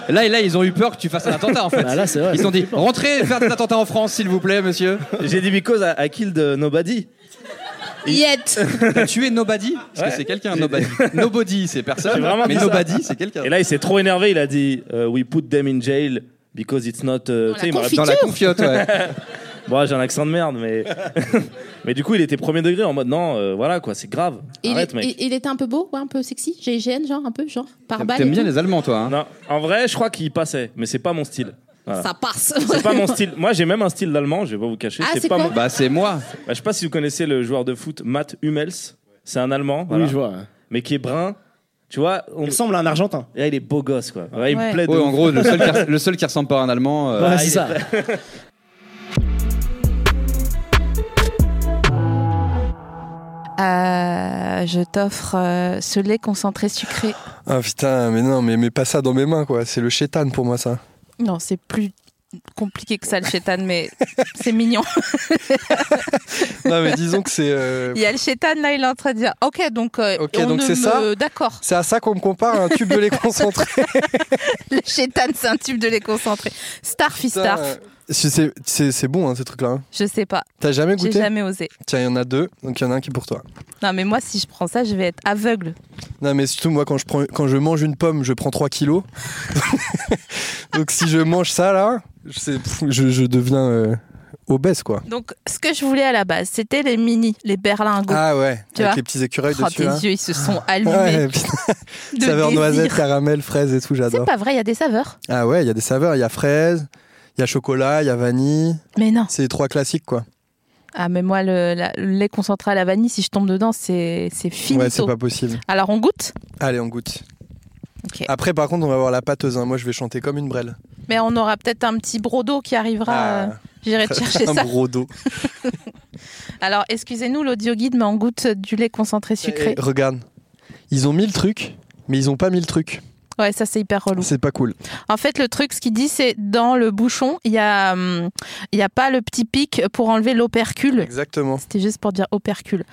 Speaker 10: Là, et là, ils ont eu peur que tu fasses un attentat en fait.
Speaker 22: Ah, là, c'est vrai.
Speaker 10: ils ont dit rentrez faire des attentats en France, s'il vous plaît, monsieur.
Speaker 22: J'ai dit because I, I killed euh, nobody.
Speaker 5: Yet.
Speaker 10: Tu es nobody Parce que c'est quelqu'un, nobody. Nobody, c'est personne.
Speaker 22: J'ai vraiment
Speaker 10: mais
Speaker 22: dit ça.
Speaker 10: nobody, c'est quelqu'un.
Speaker 22: Et là, il s'est trop énervé. Il a dit euh, We put them in jail because it's not. euh, tu sais, il m'a-
Speaker 10: confiote. Dans la confiote, ouais.
Speaker 22: Bon, j'ai un accent de merde, mais. mais du coup, il était premier degré en mode non, euh, voilà quoi, c'est grave.
Speaker 5: Il,
Speaker 22: Arrête,
Speaker 5: est-
Speaker 22: mec.
Speaker 5: il- il était un peu beau, ouais, un peu sexy, GIGN, genre, un peu, genre, par balle. et
Speaker 22: T'aimes bien
Speaker 5: tout.
Speaker 22: les Allemands,
Speaker 10: hein.
Speaker 22: toi Non, en vrai, je crois qu'il passait, mais c'est pas mon style. Voilà.
Speaker 5: Ça passe.
Speaker 22: C'est pas mon style. Moi, j'ai même un style d'allemand, je vais pas vous cacher.
Speaker 5: Ah, c'est quoi Bah,
Speaker 22: c'est moi. je sais pas si vous connaissez le joueur de foot Matt Hummels. C'est un allemand.
Speaker 4: Oui, je vois.
Speaker 22: Mais qui est brun. Tu vois, on...
Speaker 4: Il ressemble à un Argentin.
Speaker 22: Là, il est beau gosse, quoi. Ouais, Ah, il me
Speaker 4: Ouais.
Speaker 22: plaît de
Speaker 4: Ouais,
Speaker 22: ouf.
Speaker 4: en gros,
Speaker 22: le
Speaker 10: Le seul, qui, le seul qui ressemble pas à un Allemand. euh,
Speaker 22: Ouais,
Speaker 10: ah,
Speaker 22: c'est
Speaker 10: il-
Speaker 22: ça.
Speaker 5: Euh, je t'offre euh, ce lait concentré sucré.
Speaker 6: Ah putain, mais non, mais, mais pas ça dans mes mains, quoi. C'est le chétan pour moi, ça.
Speaker 5: Non, c'est plus compliqué que ça, le chétan, mais c'est mignon.
Speaker 6: Non, mais disons que c'est. euh,
Speaker 5: Il y a le chétan, là, il est en train de dire Ok, donc, euh,
Speaker 6: Ok,
Speaker 5: on
Speaker 6: donc
Speaker 5: ne
Speaker 6: c'est
Speaker 5: me-
Speaker 6: ça
Speaker 5: D'accord.
Speaker 6: C'est à ça qu'on me compare à un tube de lait concentré.
Speaker 5: Le chétan, c'est un tube de lait concentré. Starf is
Speaker 6: Putain,
Speaker 5: starf.
Speaker 6: euh, C'est c'est- c'est bon, hein, ces trucs-là. hein.
Speaker 5: Je sais pas.
Speaker 6: T'as jamais goûté
Speaker 5: J'ai jamais osé.
Speaker 6: Tiens, il y en a deux, donc il y en a un qui est pour toi.
Speaker 5: Non, mais moi, si je prends ça, je vais être aveugle.
Speaker 6: Non, mais surtout, moi, quand je, prends, quand je mange une pomme, je prends 3 kilos. donc si je mange ça, là, je, sais- pff, je, je deviens euh, obèse, quoi.
Speaker 5: Donc, ce que je voulais à la base, c'était les mini, les berlingots.
Speaker 6: Ah ouais,
Speaker 5: Tu
Speaker 6: avec
Speaker 5: vois
Speaker 6: les petits écureuils
Speaker 5: oh,
Speaker 6: dessus.
Speaker 5: tes
Speaker 6: là.
Speaker 5: yeux, ils se sont allumés.
Speaker 6: Ouais, putain.
Speaker 5: de
Speaker 6: Saveur
Speaker 5: désir.
Speaker 6: noisette, caramel, fraise et tout,
Speaker 5: C'est
Speaker 6: j'adore.
Speaker 5: pas vrai, il y a des saveurs.
Speaker 6: Ah ouais, il y a des saveurs, il y a fraise, il y a chocolat, il y a vanille.
Speaker 5: Mais non.
Speaker 6: C'est les trois classiques quoi.
Speaker 5: Ah, mais moi, le, la- le lait concentré à la vanille, si je tombe dedans, c'est c'est finito.
Speaker 6: Ouais, c'est pas possible.
Speaker 5: Alors, on goûte
Speaker 6: Allez, on goûte.
Speaker 5: Ok.
Speaker 6: Après par contre, on va voir la pâteuse. hein. Moi, je vais chanter comme une brêle.
Speaker 5: Mais on aura peut-être un petit brodo qui arrivera.
Speaker 6: Ah.
Speaker 5: euh, J'irai te chercher
Speaker 6: un
Speaker 5: ça.
Speaker 6: gros dos.
Speaker 5: Alors, excusez-nous l'audio guide, mais on goûte du lait concentré sucré.
Speaker 6: Et Eh, regarde. Ils ont mis le truc, mais ils ont pas mis le truc.
Speaker 5: Ouais, ça c'est hyper relou.
Speaker 6: C'est pas cool.
Speaker 5: En fait, le truc, ce qu'il dit, c'est dans le bouchon, il y a, hum, il y a pas le petit pic pour enlever l'opercule.
Speaker 6: Exactement.
Speaker 5: C'était juste pour dire opercule.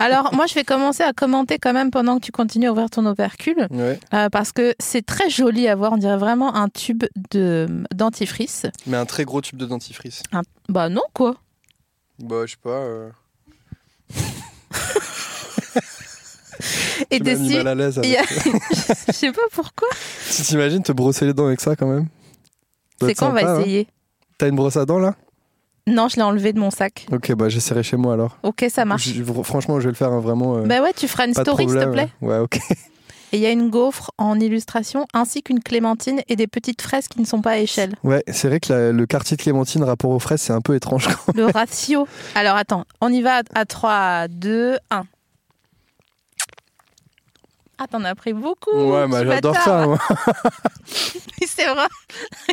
Speaker 5: Alors, moi, je vais commencer à commenter quand même pendant que tu continues à ouvrir ton opercule,
Speaker 6: Ouais.
Speaker 5: euh, parce que c'est très joli à voir. On dirait vraiment un tube de dentifrice.
Speaker 6: Mais un très gros tube de dentifrice.
Speaker 5: Un- Bah non quoi.
Speaker 6: Bah, je sais pas. euh,
Speaker 5: Et
Speaker 6: Tu m'as mis
Speaker 5: dessus,
Speaker 6: mal à l'aise
Speaker 5: il y a-
Speaker 6: avec-
Speaker 5: je sais pas pourquoi.
Speaker 6: Tu t'imagines te brosser les dents avec ça quand même Doit
Speaker 5: C'est
Speaker 6: être
Speaker 5: quand on va
Speaker 6: sympa, hein.
Speaker 5: essayer
Speaker 6: T'as une brosse à dents là
Speaker 5: Non, je l'ai enlevé de mon sac.
Speaker 6: Ok, bah j'essaierai chez moi alors.
Speaker 5: Ok, ça marche.
Speaker 6: Ah, Je- je- franchement, je vais le faire hein, vraiment. euh,
Speaker 5: Bah ouais, tu feras une
Speaker 6: pas de
Speaker 5: story, s'il te
Speaker 6: problème. hein. Ouais, ok.
Speaker 5: Et il y a une gaufre en illustration, ainsi qu'une clémentine et des petites fraises qui ne sont pas à échelle.
Speaker 6: Ouais, c'est vrai que la- le quartier de Clémentine, rapport aux fraises, c'est un peu étrange quand
Speaker 5: Le ratio. Alors attends, on y va à 3, 2, 1. Ah, t'en as pris beaucoup.
Speaker 6: même. Ouais,
Speaker 5: petit
Speaker 6: bah j'adore
Speaker 5: bâtard.
Speaker 6: ça, moi.
Speaker 5: Il s'est vraiment,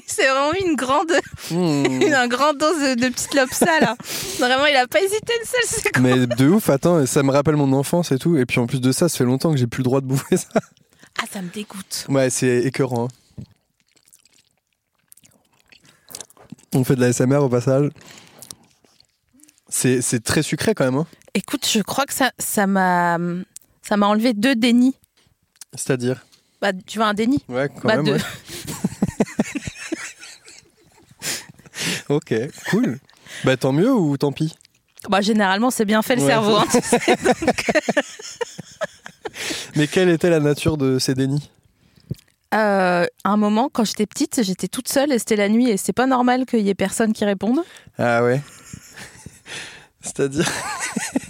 Speaker 5: il s'est vraiment mis une grande,
Speaker 6: Hmm.
Speaker 5: une, un grand dose de, de petite lopsa là. Vraiment, il a pas hésité une seule seconde.
Speaker 6: Mais de ouf, attends, ça me rappelle mon enfance et tout. Et puis en plus de ça, ça fait longtemps que j'ai plus le droit de bouffer ça.
Speaker 5: Ah, ça me dégoûte.
Speaker 6: Ouais, c'est écœurant. hein. On fait de la SMR au passage. C'est c'est très sucré quand même. hein.
Speaker 5: Écoute, je crois que ça, ça m'a, ça m'a enlevé deux dénis.
Speaker 6: C'est-à-dire.
Speaker 5: Bah, tu vois un déni.
Speaker 6: Ouais, quand
Speaker 5: Bah,
Speaker 6: même.
Speaker 5: deux.
Speaker 6: ouais. ok, cool. Bah tant mieux ou tant pis
Speaker 5: Bah, généralement, c'est bien fait le
Speaker 6: Ouais.
Speaker 5: cerveau. hein, tu sais.
Speaker 6: Mais quelle était la nature de ces dénis
Speaker 5: Euh, à un moment, quand j'étais petite, j'étais toute seule et c'était la nuit et c'est pas normal qu'il y ait personne qui réponde.
Speaker 6: Ah ouais C'est-à-dire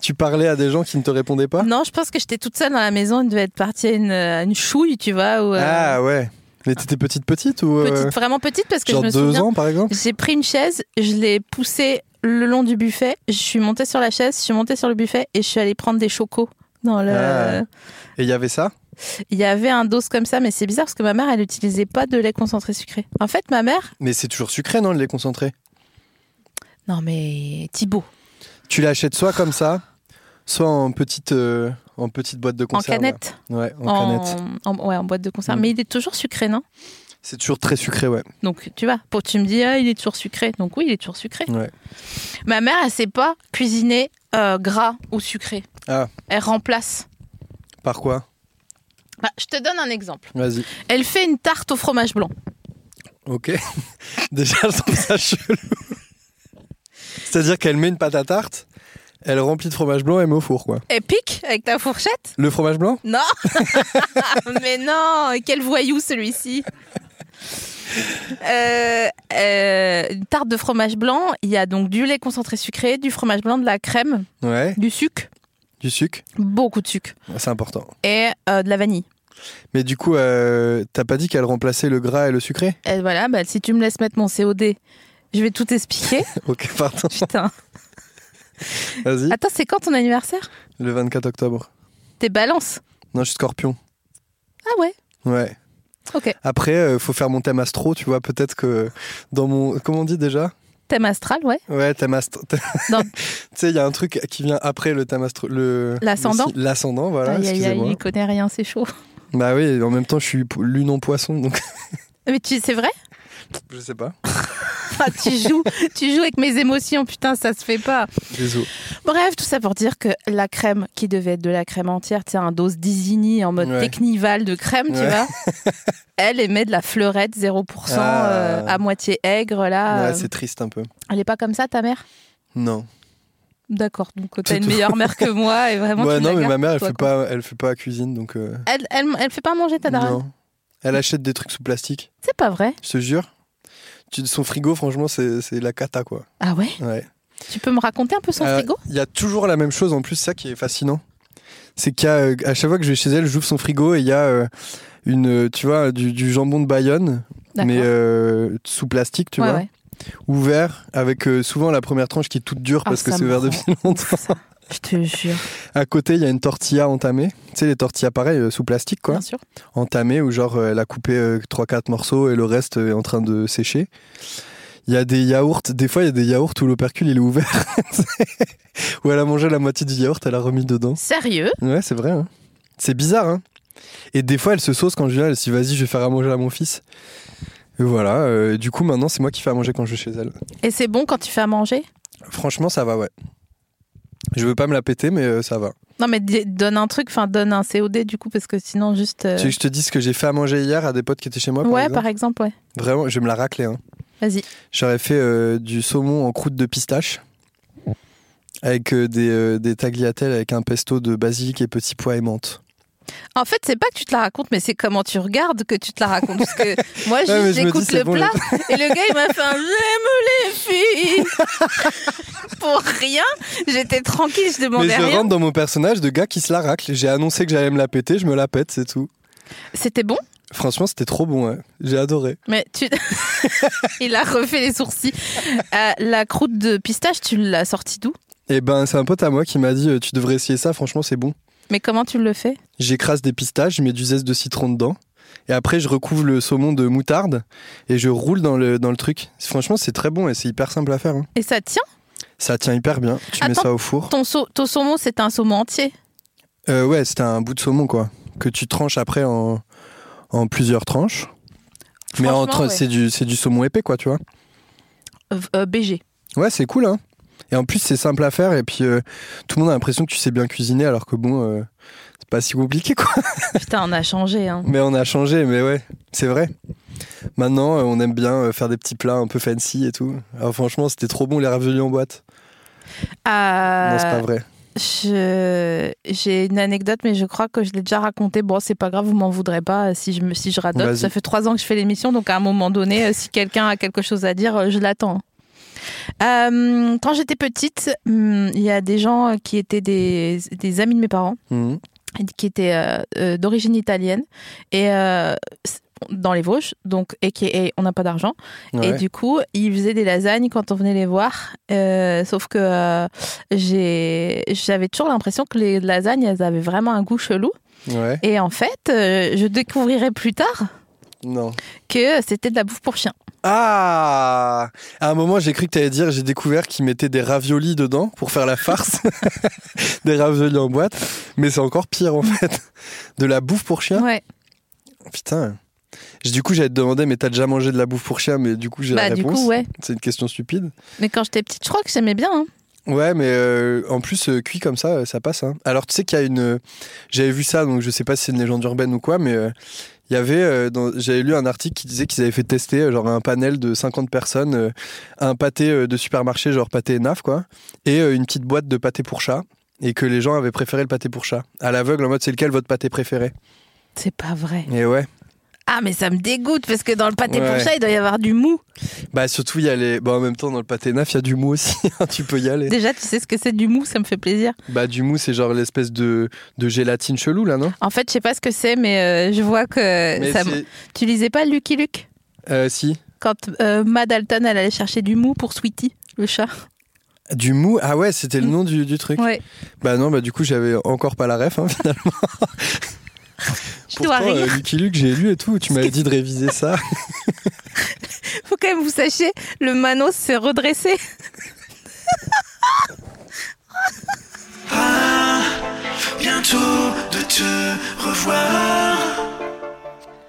Speaker 6: Tu parlais à des gens qui ne te répondaient pas
Speaker 5: Non, je pense que j'étais toute seule dans la maison. Il devait être parti à une, à une chouille, tu vois. Ou, euh,
Speaker 6: Ah ouais Mais t'étais petite petite ou euh,
Speaker 5: petite, vraiment petite parce que
Speaker 6: genre
Speaker 5: je me
Speaker 6: deux
Speaker 5: souviens.
Speaker 6: ans, par exemple
Speaker 5: J'ai pris une chaise, je l'ai poussée le long du buffet. Je suis montée sur la chaise, je suis montée sur le buffet et je suis allée prendre des chocos dans le.
Speaker 6: Ah. Et il y avait ça
Speaker 5: Il y avait un dos comme ça, mais c'est bizarre parce que ma mère, elle n'utilisait pas de lait concentré sucré. En fait, ma mère.
Speaker 6: Mais c'est toujours sucré, non, le lait concentré
Speaker 5: Non mais Thibaut.
Speaker 6: Tu l'achètes soit comme ça, soit en petite, euh, en petite boîte de conserve. là.
Speaker 5: canette.
Speaker 6: Ouais, en, canette. Mm.
Speaker 5: en- ouais, en boîte de conserve. Mais il est toujours sucré, non
Speaker 6: C'est toujours très sucré, ouais.
Speaker 5: Donc, tu vois, pour, tu me dis, ah, il est toujours sucré. Donc, oui, il est toujours sucré.
Speaker 6: ouais.
Speaker 5: Ma mère, elle sait pas cuisiner euh, gras ou sucré.
Speaker 6: Ah,
Speaker 5: Elle remplace.
Speaker 6: par quoi
Speaker 5: Bah, je te donne un exemple.
Speaker 6: Vas-y.
Speaker 5: Elle fait une tarte au fromage blanc.
Speaker 6: Ok. Déjà, je trouve ça chelou. C'est-à-dire qu'elle met une pâte à tarte, elle remplit de fromage blanc et met au four, quoi.
Speaker 5: Elle pique avec ta fourchette
Speaker 6: Le fromage blanc
Speaker 5: Non Mais non Quel voyou celui-ci Euh, euh, une tarte de fromage blanc, il y a donc du lait concentré sucré, du fromage blanc, de la crème,
Speaker 6: Ouais.
Speaker 5: du sucre,
Speaker 6: Du sucre.
Speaker 5: beaucoup de sucre,
Speaker 6: Ouais, C'est important.
Speaker 5: et euh, de la vanille.
Speaker 6: Mais du coup, euh, t'as pas dit qu'elle remplaçait le gras et le sucré
Speaker 5: Et voilà, bah, si tu me laisses mettre mon COD, je vais tout expliquer.
Speaker 6: Ok, pardon.
Speaker 5: Putain.
Speaker 6: Vas-y.
Speaker 5: Attends, c'est quand ton anniversaire
Speaker 6: Le 24 octobre.
Speaker 5: T'es balance
Speaker 6: Non, je suis scorpion.
Speaker 5: Ah ouais,
Speaker 6: Ouais.
Speaker 5: ok.
Speaker 6: Après, euh, faut faire mon thème astro, tu vois. Peut-être que dans mon. Comment on dit déjà
Speaker 5: Thème astral, ouais.
Speaker 6: Ouais, thème astro. tu sais, il y a un truc qui vient après le thème astro. le-
Speaker 5: L'ascendant.
Speaker 6: le si- L'ascendant, voilà.
Speaker 5: aïe, aïe, aïe,
Speaker 6: excusez-moi.
Speaker 5: il connaît rien, c'est chaud.
Speaker 6: Bah oui, en même temps, je suis pou- lune en poisson, donc
Speaker 5: Ah, Mais tu, c'est vrai
Speaker 6: je sais pas.
Speaker 5: Ah, tu joues, tu joues avec mes émotions, putain, ça se fait pas.
Speaker 6: Désolé.
Speaker 5: Bref, tout ça pour dire que la crème qui devait être de la crème entière, tu sais, un dose d'Isigny en mode
Speaker 6: Ouais.
Speaker 5: technival de crème, tu
Speaker 6: Ouais.
Speaker 5: vois, elle émet de la fleurette 0%
Speaker 6: Ah.
Speaker 5: euh, à moitié aigre là.
Speaker 6: Ouais,
Speaker 5: Euh,
Speaker 6: c'est triste un peu.
Speaker 5: Elle est pas comme ça, ta mère
Speaker 6: Non.
Speaker 5: D'accord, donc euh, t'as
Speaker 6: C'est
Speaker 5: une
Speaker 6: tout.
Speaker 5: meilleure mère que moi et vraiment.
Speaker 6: ouais,
Speaker 5: Ah tu
Speaker 6: Bah non,
Speaker 5: la
Speaker 6: mais
Speaker 5: gardes
Speaker 6: ma mère,
Speaker 5: pour
Speaker 6: elle
Speaker 5: toi,
Speaker 6: fait,
Speaker 5: quoi.
Speaker 6: pas, elle fait pas la cuisine, donc. euh,
Speaker 5: Elle, elle, elle fait pas manger ta daronne.
Speaker 6: non. Elle achète des trucs sous plastique.
Speaker 5: C'est pas vrai.
Speaker 6: Je te jure. Tu- Son frigo, franchement, c'est c'est la cata, quoi.
Speaker 5: Ah ouais
Speaker 6: Ouais.
Speaker 5: Tu peux me raconter un peu son
Speaker 6: Euh,
Speaker 5: frigo
Speaker 6: Il y a toujours la même chose, en plus, c'est ça qui est fascinant. C'est qu'à euh, à chaque fois que je vais chez elle, j'ouvre son frigo et il y a euh, une, euh, tu vois, du, du jambon de Bayonne,
Speaker 5: D'accord.
Speaker 6: mais euh, sous plastique, tu
Speaker 5: Ouais,
Speaker 6: vois.
Speaker 5: ouais.
Speaker 6: Ouvert, avec euh, souvent la première tranche qui est toute dure
Speaker 5: Ah,
Speaker 6: parce que
Speaker 5: ça
Speaker 6: c'est
Speaker 5: me
Speaker 6: ouvert
Speaker 5: rend
Speaker 6: depuis longtemps.
Speaker 5: Je te jure.
Speaker 6: À côté, il y a une tortilla entamée. Tu sais, les tortillas pareilles, euh, sous plastique, quoi.
Speaker 5: Bien sûr.
Speaker 6: Entamée, où genre, euh, elle a coupé 3-4 morceaux et le reste euh, est en train de sécher. Il y a des yaourts. Des fois, il y a des yaourts où l'opercule, il est ouvert. où elle a mangé la moitié du yaourt, elle a remis dedans.
Speaker 5: Sérieux
Speaker 6: Ouais, c'est vrai. hein. C'est bizarre, hein. Et des fois, elle se sauce quand je viens, elle se dit, vas-y, je vais faire à manger à mon fils. Et voilà. euh, du coup, maintenant, c'est moi qui fais à manger quand je vais chez elle.
Speaker 5: Et c'est bon quand tu fais à manger
Speaker 6: Franchement, ça va, ouais. Je veux pas me la péter, mais euh, ça va.
Speaker 5: Non, mais di- donne un truc, enfin donne un COD du coup, parce que sinon juste. euh,
Speaker 6: Tu veux que je te dise ce que j'ai fait à manger hier à des potes qui étaient chez moi par
Speaker 5: ouais,
Speaker 6: exemple
Speaker 5: par exemple, ouais.
Speaker 6: Vraiment, je vais me la racler. hein.
Speaker 5: Vas-y.
Speaker 6: J'aurais fait euh, du saumon en croûte de pistache avec euh, des, euh, des tagliatelles avec un pesto de basilic et petits pois et menthe.
Speaker 5: En fait, c'est pas que tu te la racontes, mais c'est comment tu regardes que tu te la racontes. Parce que moi,
Speaker 6: Ouais,
Speaker 5: juste,
Speaker 6: mais je me
Speaker 5: j'écoute
Speaker 6: dis, c'est
Speaker 5: le
Speaker 6: bon,
Speaker 5: plat
Speaker 6: le-
Speaker 5: et le gars, il m'a fait un J'aime les filles Pour rien, j'étais tranquille, je
Speaker 6: Mais
Speaker 5: demandais
Speaker 6: je
Speaker 5: rien.
Speaker 6: rentre dans mon personnage de gars qui se la racle. J'ai annoncé que j'allais me la péter, je me la pète, c'est tout.
Speaker 5: C'était bon
Speaker 6: Franchement, c'était trop bon, ouais. J'ai adoré.
Speaker 5: Mais tu. il a refait les sourcils. Euh, la croûte de pistache, tu l'as sortie d'où
Speaker 6: Et ben, c'est un pote à moi qui m'a dit euh, Tu devrais essayer ça, franchement, c'est bon.
Speaker 5: Mais comment tu le fais
Speaker 6: J'écrase des pistaches, je mets du zeste de citron dedans. Et après, je recouvre le saumon de moutarde et je roule dans le, dans le truc. Franchement, c'est très bon et c'est hyper simple à faire. hein.
Speaker 5: Et ça tient
Speaker 6: Ça tient hyper bien. Tu mets
Speaker 5: Attends,
Speaker 6: ça au four.
Speaker 5: Ton, sau- ton saumon, c'est un saumon entier.
Speaker 6: Euh, ouais, c'était un bout de saumon, quoi. Que tu tranches après en, en plusieurs tranches. Mais en
Speaker 5: Franchement,
Speaker 6: tra-
Speaker 5: ouais.
Speaker 6: c'est du, c'est du saumon épais, quoi, tu vois.
Speaker 5: Euh, euh, BG.
Speaker 6: Ouais, c'est cool, hein. Et en plus, c'est simple à faire. Et puis, euh, tout le monde a l'impression que tu sais bien cuisiner, alors que bon, euh, c'est pas si compliqué, quoi.
Speaker 5: Putain, on a changé. Hein.
Speaker 6: Mais on a changé, mais ouais, c'est vrai. Maintenant, euh, on aime bien euh, faire des petits plats un peu fancy et tout. Alors, franchement, c'était trop bon les raviolis en boîte.
Speaker 5: Euh,
Speaker 6: Non, c'est pas vrai.
Speaker 5: je- J'ai une anecdote, mais je crois que je l'ai déjà racontée. Bon, c'est pas grave, vous m'en voudrez pas euh, si je, me- si je radote.
Speaker 6: Vas-y.
Speaker 5: Ça fait trois ans que je fais l'émission, donc à un moment donné, euh, si quelqu'un a quelque chose à dire, euh, je l'attends. Euh, quand j'étais petite, hum, il y a des gens euh, qui étaient des, des amis de mes parents
Speaker 6: Mhm.
Speaker 5: qui était euh, euh, d'origine italienne et euh, c- dans les Vosges, donc AKA on n'a pas d'argent. Et
Speaker 1: Ouais.
Speaker 5: du coup, ils faisaient des lasagnes quand on venait les voir. Euh, sauf que euh, j'ai- j'avais toujours l'impression que les lasagnes, elles avaient vraiment un goût chelou.
Speaker 6: Ouais.
Speaker 5: Et en fait, euh, je découvrirai plus tard
Speaker 6: Non.
Speaker 5: que c'était de la bouffe pour chien.
Speaker 6: Ah À un moment, j'ai cru que t'allais dire, j'ai découvert qu'ils mettaient des raviolis dedans pour faire la farce. des raviolis en boîte. Mais c'est encore pire, en fait. De la bouffe pour chien
Speaker 5: Ouais.
Speaker 6: Putain. J'ai- Du coup, j'allais te demander, mais t'as déjà mangé de la bouffe pour chien Mais du coup, j'ai
Speaker 5: Bah,
Speaker 6: la
Speaker 5: du coup,
Speaker 6: réponse.
Speaker 5: ouais.
Speaker 6: C'est une question stupide.
Speaker 5: Mais quand j'étais petite, je crois que j'aimais bien. hein.
Speaker 6: Ouais, mais euh, en plus, euh, cuit comme ça, euh, ça passe. hein. Alors, tu sais qu'il y a une. euh, j'avais vu ça, donc je sais pas si c'est une légende urbaine ou quoi, mais euh, il y avait. euh, dans- J'avais lu un article qui disait qu'ils avaient fait tester, euh, genre, un panel de 50 personnes, euh, un pâté euh, de supermarché, genre pâté naf, quoi, et euh, une petite boîte de pâté pour chat, et que les gens avaient préféré le pâté pour chat. À l'aveugle, en mode, c'est lequel votre pâté préféré
Speaker 5: C'est pas vrai.
Speaker 6: Et ouais.
Speaker 13: Ah, mais ça me dégoûte parce que dans le pâté pour
Speaker 6: Ouais.
Speaker 13: chat, il doit y avoir du mou.
Speaker 6: Bah surtout il y a les. Bah en même temps dans le pâté naf il y a du mou aussi. hein, tu peux y aller.
Speaker 5: Déjà, tu sais ce que c'est du mou, ça me fait plaisir.
Speaker 6: Bah du mou c'est genre l'espèce de... de gélatine chelou là non
Speaker 5: En fait, je sais pas ce que c'est, mais euh, je vois que
Speaker 6: Mais
Speaker 5: ça. m-
Speaker 6: c'est-
Speaker 5: Tu lisais pas Lucky Luke
Speaker 6: Euh si.
Speaker 5: quand euh, Mad Alton elle allait chercher du mou pour Sweetie, le chat.
Speaker 6: Du mou ah ouais c'était le nom du, du truc.
Speaker 5: Mm. Ouais.
Speaker 6: Bah non bah du coup j'avais encore pas la ref hein, finalement.
Speaker 5: dois
Speaker 6: Pourtant, euh,
Speaker 5: rire.
Speaker 6: Lucky Luke j'ai lu et tout tu m'avais dit de réviser ça.
Speaker 5: Faut quand même vous sachiez, le Manos s'est redressé.
Speaker 2: Bientôt de te revoir.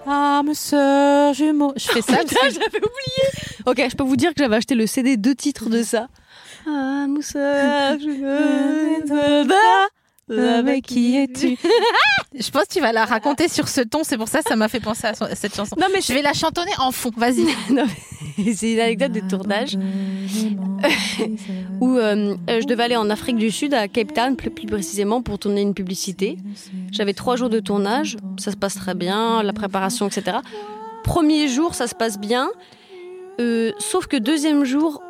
Speaker 1: Ah, mes sœurs jumeaux. Je
Speaker 5: fais ça parce que-
Speaker 1: j'avais oublié. Ok, je peux vous dire que j'avais acheté le CD deux titres de ça. Ah, mes sœurs jumeaux.
Speaker 5: Avec qui es-tu Je pense que tu vas la raconter sur ce ton, c'est pour ça que ça m'a fait penser à, son- à cette chanson. Non mais je vais la chantonner en fond, vas-y.
Speaker 1: C'est une anecdote de tournage où euh, euh, je devais aller en Afrique du Sud, à Cape Town plus, plus précisément, pour tourner une publicité. J'avais trois jours de tournage, ça se passe très bien, la préparation, etc. Premier jour, ça se passe bien, Euh, sauf que deuxième jour,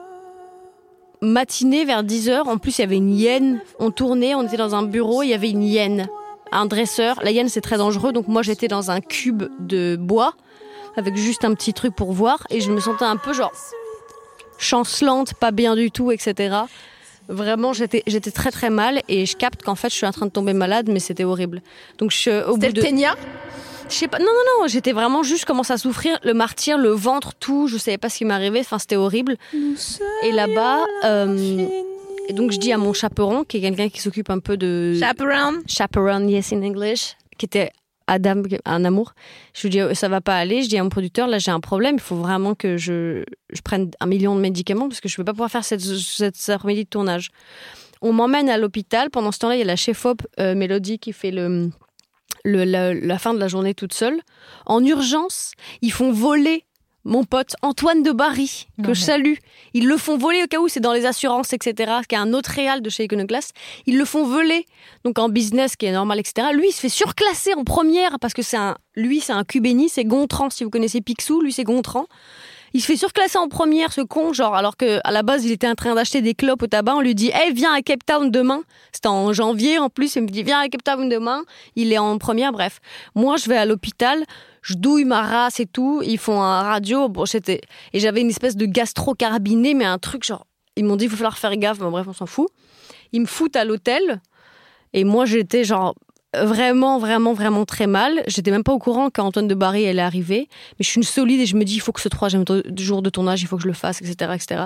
Speaker 1: matinée vers 10h, en plus il y avait une hyène, on tournait, on était dans un bureau, il y avait une hyène, un dresseur. La hyène c'est très dangereux, donc moi j'étais dans un cube de bois avec juste un petit truc pour voir et je me sentais un peu genre chancelante, pas bien du tout, etc. Vraiment, j'étais j'étais très très mal et je capte qu'en fait je suis en train de tomber malade, mais c'était horrible. Donc je, au bout de je sais pas. Non non non, j'étais vraiment juste commence à souffrir, le martyr, le ventre, tout. Je savais pas ce qui m'arrivait. Enfin, c'était horrible. Et là-bas, euh, et donc je dis à mon chaperon, qui est quelqu'un qui s'occupe un peu de
Speaker 5: chaperon,
Speaker 1: chaperon, yes in English, qui était Adam, un amour. Je lui dis oh, ça va pas aller. Je dis à mon producteur, là j'ai un problème. Il faut vraiment que je, je prenne un million de médicaments parce que je vais pas pouvoir faire cette, cette, cet après-midi de tournage. On m'emmène à l'hôpital. Pendant ce temps-là, il y a la chef op euh, Mélodie qui fait le le- la, la fin de la journée toute seule. En urgence, ils font voler mon pote Antoine de Barry, que je salue. Ils le font voler au cas où c'est dans les assurances, etc., qui est un autre réal de chez Iconoclast. Ils le font voler, donc en business, qui est normal, etc. Lui, il se fait surclasser en première, parce que c'est un, lui, c'est un Cubéni, c'est Gontran. Si vous connaissez Picsou, lui, c'est Gontran. Il se fait surclasser en première, ce con, genre, alors que à la base, il était en train d'acheter des clopes au tabac. On lui dit, hey, viens à Cape Town demain. C'était en janvier, en plus. Il me dit, viens à Cape Town demain. Il est en première, bref. Moi, je vais à l'hôpital. Je douille ma race et tout. Ils font un radio. Bon, j'étais, et j'avais une espèce de gastro carbiné, mais un truc genre, ils m'ont dit, il faut falloir faire gaffe. Bon, bref, on s'en fout. Ils me foutent à l'hôtel. Et moi, j'étais genre vraiment, vraiment, vraiment très mal. J'étais même pas au courant qu'Antoine de Barry allait arriver. Mais je suis une solide et je me dis, il faut que ce troisième to- jour de tournage, il faut que je le fasse, etc., etc.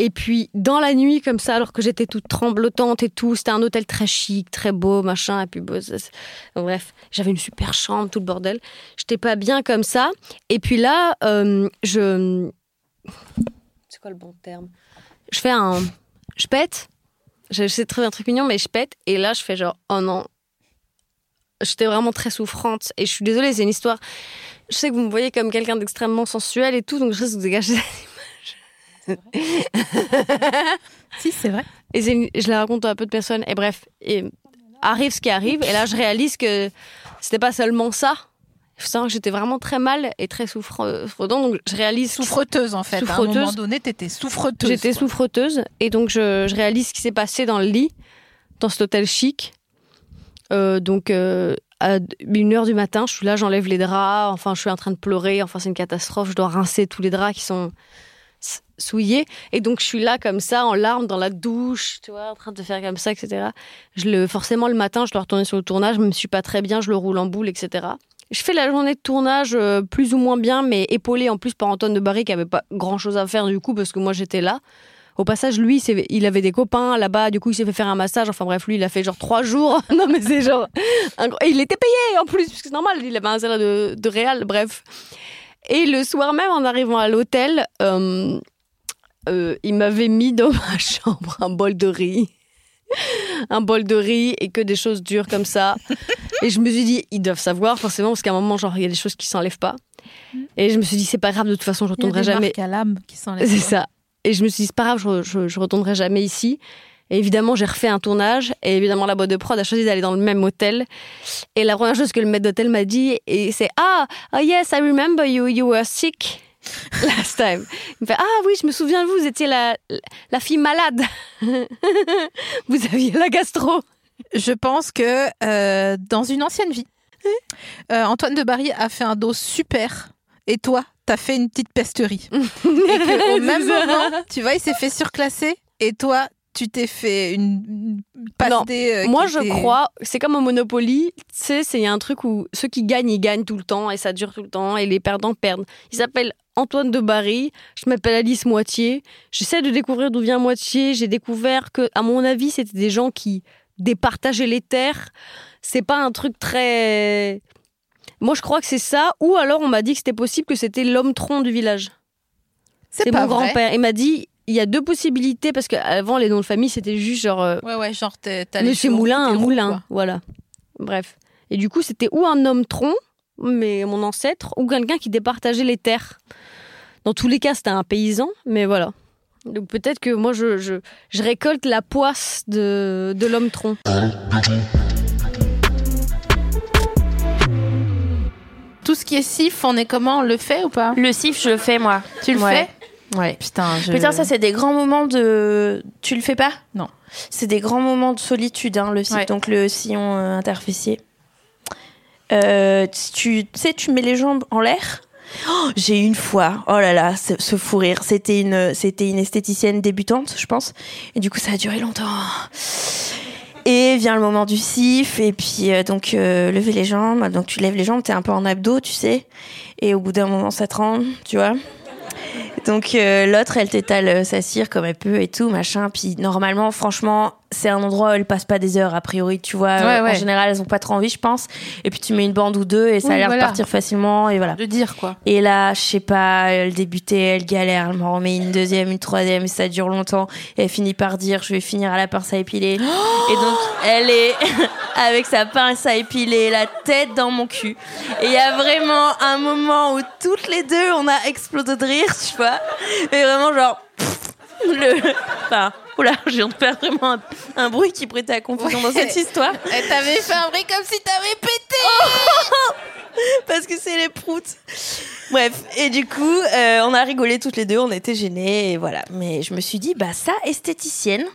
Speaker 1: Et puis, dans la nuit, comme ça, alors que j'étais toute tremblotante et tout, c'était un hôtel très chic, très beau, machin, et puis, bon, ça, c'est- bref, j'avais une super chambre, tout le bordel. J'étais pas bien comme ça. Et puis là, euh, je. C'est quoi le bon terme Je fais un. Je pète. J'essaie de trouver un truc mignon, mais je pète. Et là, je fais genre, oh non. J'étais vraiment très souffrante. Et je suis désolée, c'est une histoire. Je sais que vous me voyez comme quelqu'un d'extrêmement sensuel et tout, donc je risque de dégager si, c'est vrai. Et c'est une- je la raconte à peu de personnes. Et bref, et arrive ce qui arrive. Et là, je réalise que c'était pas seulement ça. Je sens que j'étais vraiment très mal et très souffre- souffrante. Donc, je réalise.
Speaker 5: Souffreteuse en fait. hein, à un
Speaker 1: Souffreteuse.
Speaker 5: moment donné, t'étais souffreteuse.
Speaker 1: J'étais
Speaker 5: quoi.
Speaker 1: souffreteuse. Et donc, je, je réalise ce qui s'est passé dans le lit, dans cet hôtel chic. Euh, donc, euh, à une heure du matin, je suis là, j'enlève les draps. Enfin, je suis en train de pleurer. Enfin, c'est une catastrophe. Je dois rincer tous les draps qui sont s- souillés. Et donc, je suis là comme ça, en larmes, dans la douche, tu vois, en train de faire comme ça, etc. Je le, forcément, le matin, je dois retourner sur le tournage. Je me suis pas très bien. Je le roule en boule, etc. Je fais la journée de tournage euh, plus ou moins bien, mais épaulée en plus par Antoine de Barry qui avait pas grand chose à faire du coup parce que moi j'étais là. Au passage, lui, il s'est- il avait des copains là-bas, du coup, il s'est fait faire un massage. Enfin bref, lui, il a fait genre trois jours. non, mais c'est genre. incro- Et il était payé en plus, parce que c'est normal, il avait un salaire de, de réal, bref. Et le soir même, en arrivant à l'hôtel, euh, euh, il m'avait mis dans ma chambre un bol de riz. un bol de riz et que des choses dures comme ça. et je me suis dit, ils doivent savoir forcément, parce qu'à un moment, genre, il y a des choses qui s'enlèvent pas. Et je me suis dit, c'est pas grave, de toute façon, je
Speaker 5: Il y a
Speaker 1: retournerai
Speaker 5: des
Speaker 1: jamais.
Speaker 5: hein, marques à l'âme qui s'enlèvent.
Speaker 1: C'est ça. Et je me suis dit, c'est pas grave, je, je, je retournerai jamais ici. Et évidemment, j'ai refait un tournage. Et évidemment, la boîte de prod a choisi d'aller dans le même hôtel. Et la première chose que le maître d'hôtel m'a dit, et c'est Ah, ah, yes, I remember you, you were sick last time. Il me fait Ah oui, je me souviens de vous, vous étiez la, la fille malade. vous aviez la gastro.
Speaker 5: Je pense que euh, dans une ancienne vie, euh, Antoine de Barry a fait un dos super. Et toi, t'as fait une petite pesterie. et que, au même
Speaker 1: C'est ça.
Speaker 5: moment, tu vois, il s'est fait surclasser. Et toi, tu t'es fait une une passe
Speaker 1: Non,
Speaker 5: des, euh,
Speaker 1: moi
Speaker 5: qui
Speaker 1: je
Speaker 5: était-
Speaker 1: crois, c'est comme au Monopoly, tu sais, c'est- il y a un truc où ceux qui gagnent, ils gagnent tout le temps et ça dure tout le temps et les perdants perdent. Il s'appelle Antoine de Barry, je m'appelle Alice Moitié, j'essaie de découvrir d'où vient Moitié, j'ai découvert que, à mon avis, c'était des gens qui départageaient les terres. C'est pas un truc très. Moi je crois que c'est ça, ou alors on m'a dit que c'était possible que c'était l'homme tronc du village. C'est
Speaker 5: pas
Speaker 1: mon
Speaker 5: vrai.
Speaker 1: grand-père. Il m'a dit. Il y a deux possibilités parce qu'avant les noms de famille c'était juste genre euh,
Speaker 5: Ouais, ouais, genre, t'es- t'as les
Speaker 1: Monsieur
Speaker 5: cheveux,
Speaker 1: Moulin,
Speaker 5: t'es
Speaker 1: un
Speaker 5: roux,
Speaker 1: moulin,
Speaker 5: quoi.
Speaker 1: voilà. Bref. Et du coup, c'était ou un homme tronc, mais mon ancêtre, ou quelqu'un qui départageait les terres. Dans tous les cas, c'était un paysan, mais voilà. Donc peut-être que moi, je, je, je récolte la poisse de, de l'homme tronc.
Speaker 5: Tout ce qui est sif, on est comment On le fait ou pas
Speaker 13: Le sif, je le fais moi.
Speaker 5: Tu le
Speaker 13: Ouais.
Speaker 5: fais Ouais, putain. je-
Speaker 13: Putain, ça, c'est des grands moments de. Tu le fais pas
Speaker 5: Non.
Speaker 13: C'est des grands moments de solitude, hein, le sif. Donc, le sillon euh, interfécier. Euh, tu tu sais, tu mets les jambes en l'air. Oh, J'ai eu une fois, oh là là, ce, ce fou rire. C'était une, c'était une esthéticienne débutante, je pense. Et du coup, ça a duré longtemps. Et vient le moment du sif, et puis euh, donc euh, lever les jambes. Donc tu lèves les jambes, t'es un peu en abdos, tu sais. Et au bout d'un moment, ça tremble, tu vois. Donc euh, l'autre, elle t'étale euh, sa cire comme elle peut et tout, machin. Puis normalement, franchement, c'est un endroit où elle passe pas des heures, a priori, tu vois. Euh,
Speaker 5: Ouais, ouais.
Speaker 13: En général, elles ont pas trop envie, je pense. Et puis tu mets une bande ou deux et ça
Speaker 5: Oui,
Speaker 13: a l'air
Speaker 5: voilà.
Speaker 13: de partir facilement, et voilà.
Speaker 5: De dire, quoi.
Speaker 13: Et là, je sais pas, elle débutait, elle galère, elle m'en remet une deuxième, une troisième, et ça dure longtemps. Et elle finit par dire, je vais finir à la pince à épiler. et donc, elle est avec sa pince à épiler, la tête dans mon cul. Et il y a vraiment un moment où toutes les deux, on a explosé de rire, tu vois. Et vraiment, genre, pff, le. Enfin, oula, je viens de faire vraiment un, un bruit qui prêtait à confusion dans cette histoire.
Speaker 5: Elle t'avait fait un bruit comme si t'avais pété
Speaker 13: Parce que c'est les proutes. Bref, et du coup, euh, on a rigolé toutes les deux, on était gênées, et voilà. Mais je me suis dit, bah ça, esthéticienne,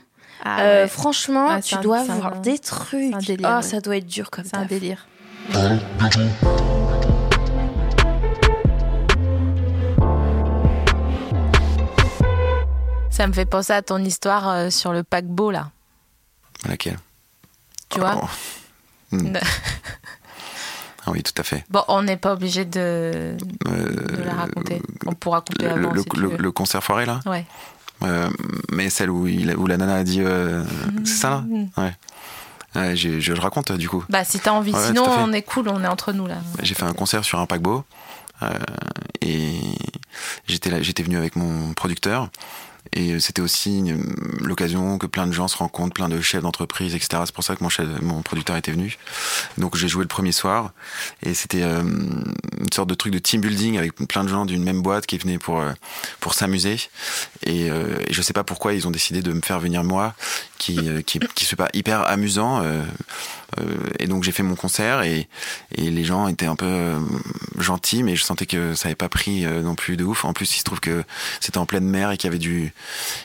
Speaker 13: euh, franchement,
Speaker 5: Ah, c'est
Speaker 13: tu
Speaker 5: un-
Speaker 13: dois
Speaker 5: c'est un-
Speaker 13: voir des trucs. Ah, ça doit être dur comme ça. C'est un
Speaker 5: délire.
Speaker 2: Ça me fait penser à ton histoire euh, sur le paquebot, là.
Speaker 23: Laquelle
Speaker 2: Tu vois
Speaker 23: Oh. Hmm. Ah oui, tout à fait.
Speaker 2: Bon, on n'est pas obligé de, de la raconter. On pourra raconter
Speaker 23: Euh, Le,
Speaker 2: avant.
Speaker 23: le-
Speaker 2: si tu
Speaker 23: le-
Speaker 2: veux.
Speaker 23: le concert foiré, là
Speaker 2: Ouais.
Speaker 23: Euh, mais celle où, il, a- où la nana a dit. euh, c'est ça là
Speaker 2: Mhm.
Speaker 23: Ouais. Ouais, j'ai- je le raconte du coup.
Speaker 2: Bah, si t'as envie.
Speaker 23: Ouais,
Speaker 2: Sinon,
Speaker 23: tout à fait.
Speaker 2: on est cool, on est entre nous, là.
Speaker 23: J'ai fait un concert sur un paquebot euh, et j'étais là- j'étais venu avec mon producteur. Et c'était aussi euh, l'occasion que plein de gens se rencontrent, plein de chefs d'entreprise, etc. C'est pour ça que mon, chef, mon producteur était venu. Donc j'ai joué le premier soir. Et c'était euh, une sorte de truc de team building avec plein de gens d'une même boîte qui venaient pour, euh, pour s'amuser. Et, euh, et je sais pas pourquoi ils ont décidé de me faire venir moi, qui euh, qui, qui suis pas hyper amusant. euh, euh, et donc j'ai fait mon concert et, et les gens étaient un peu euh, gentils, mais je sentais que ça avait pas pris euh, non plus de ouf. En plus, il se trouve que c'était en pleine mer et qu'il y avait du,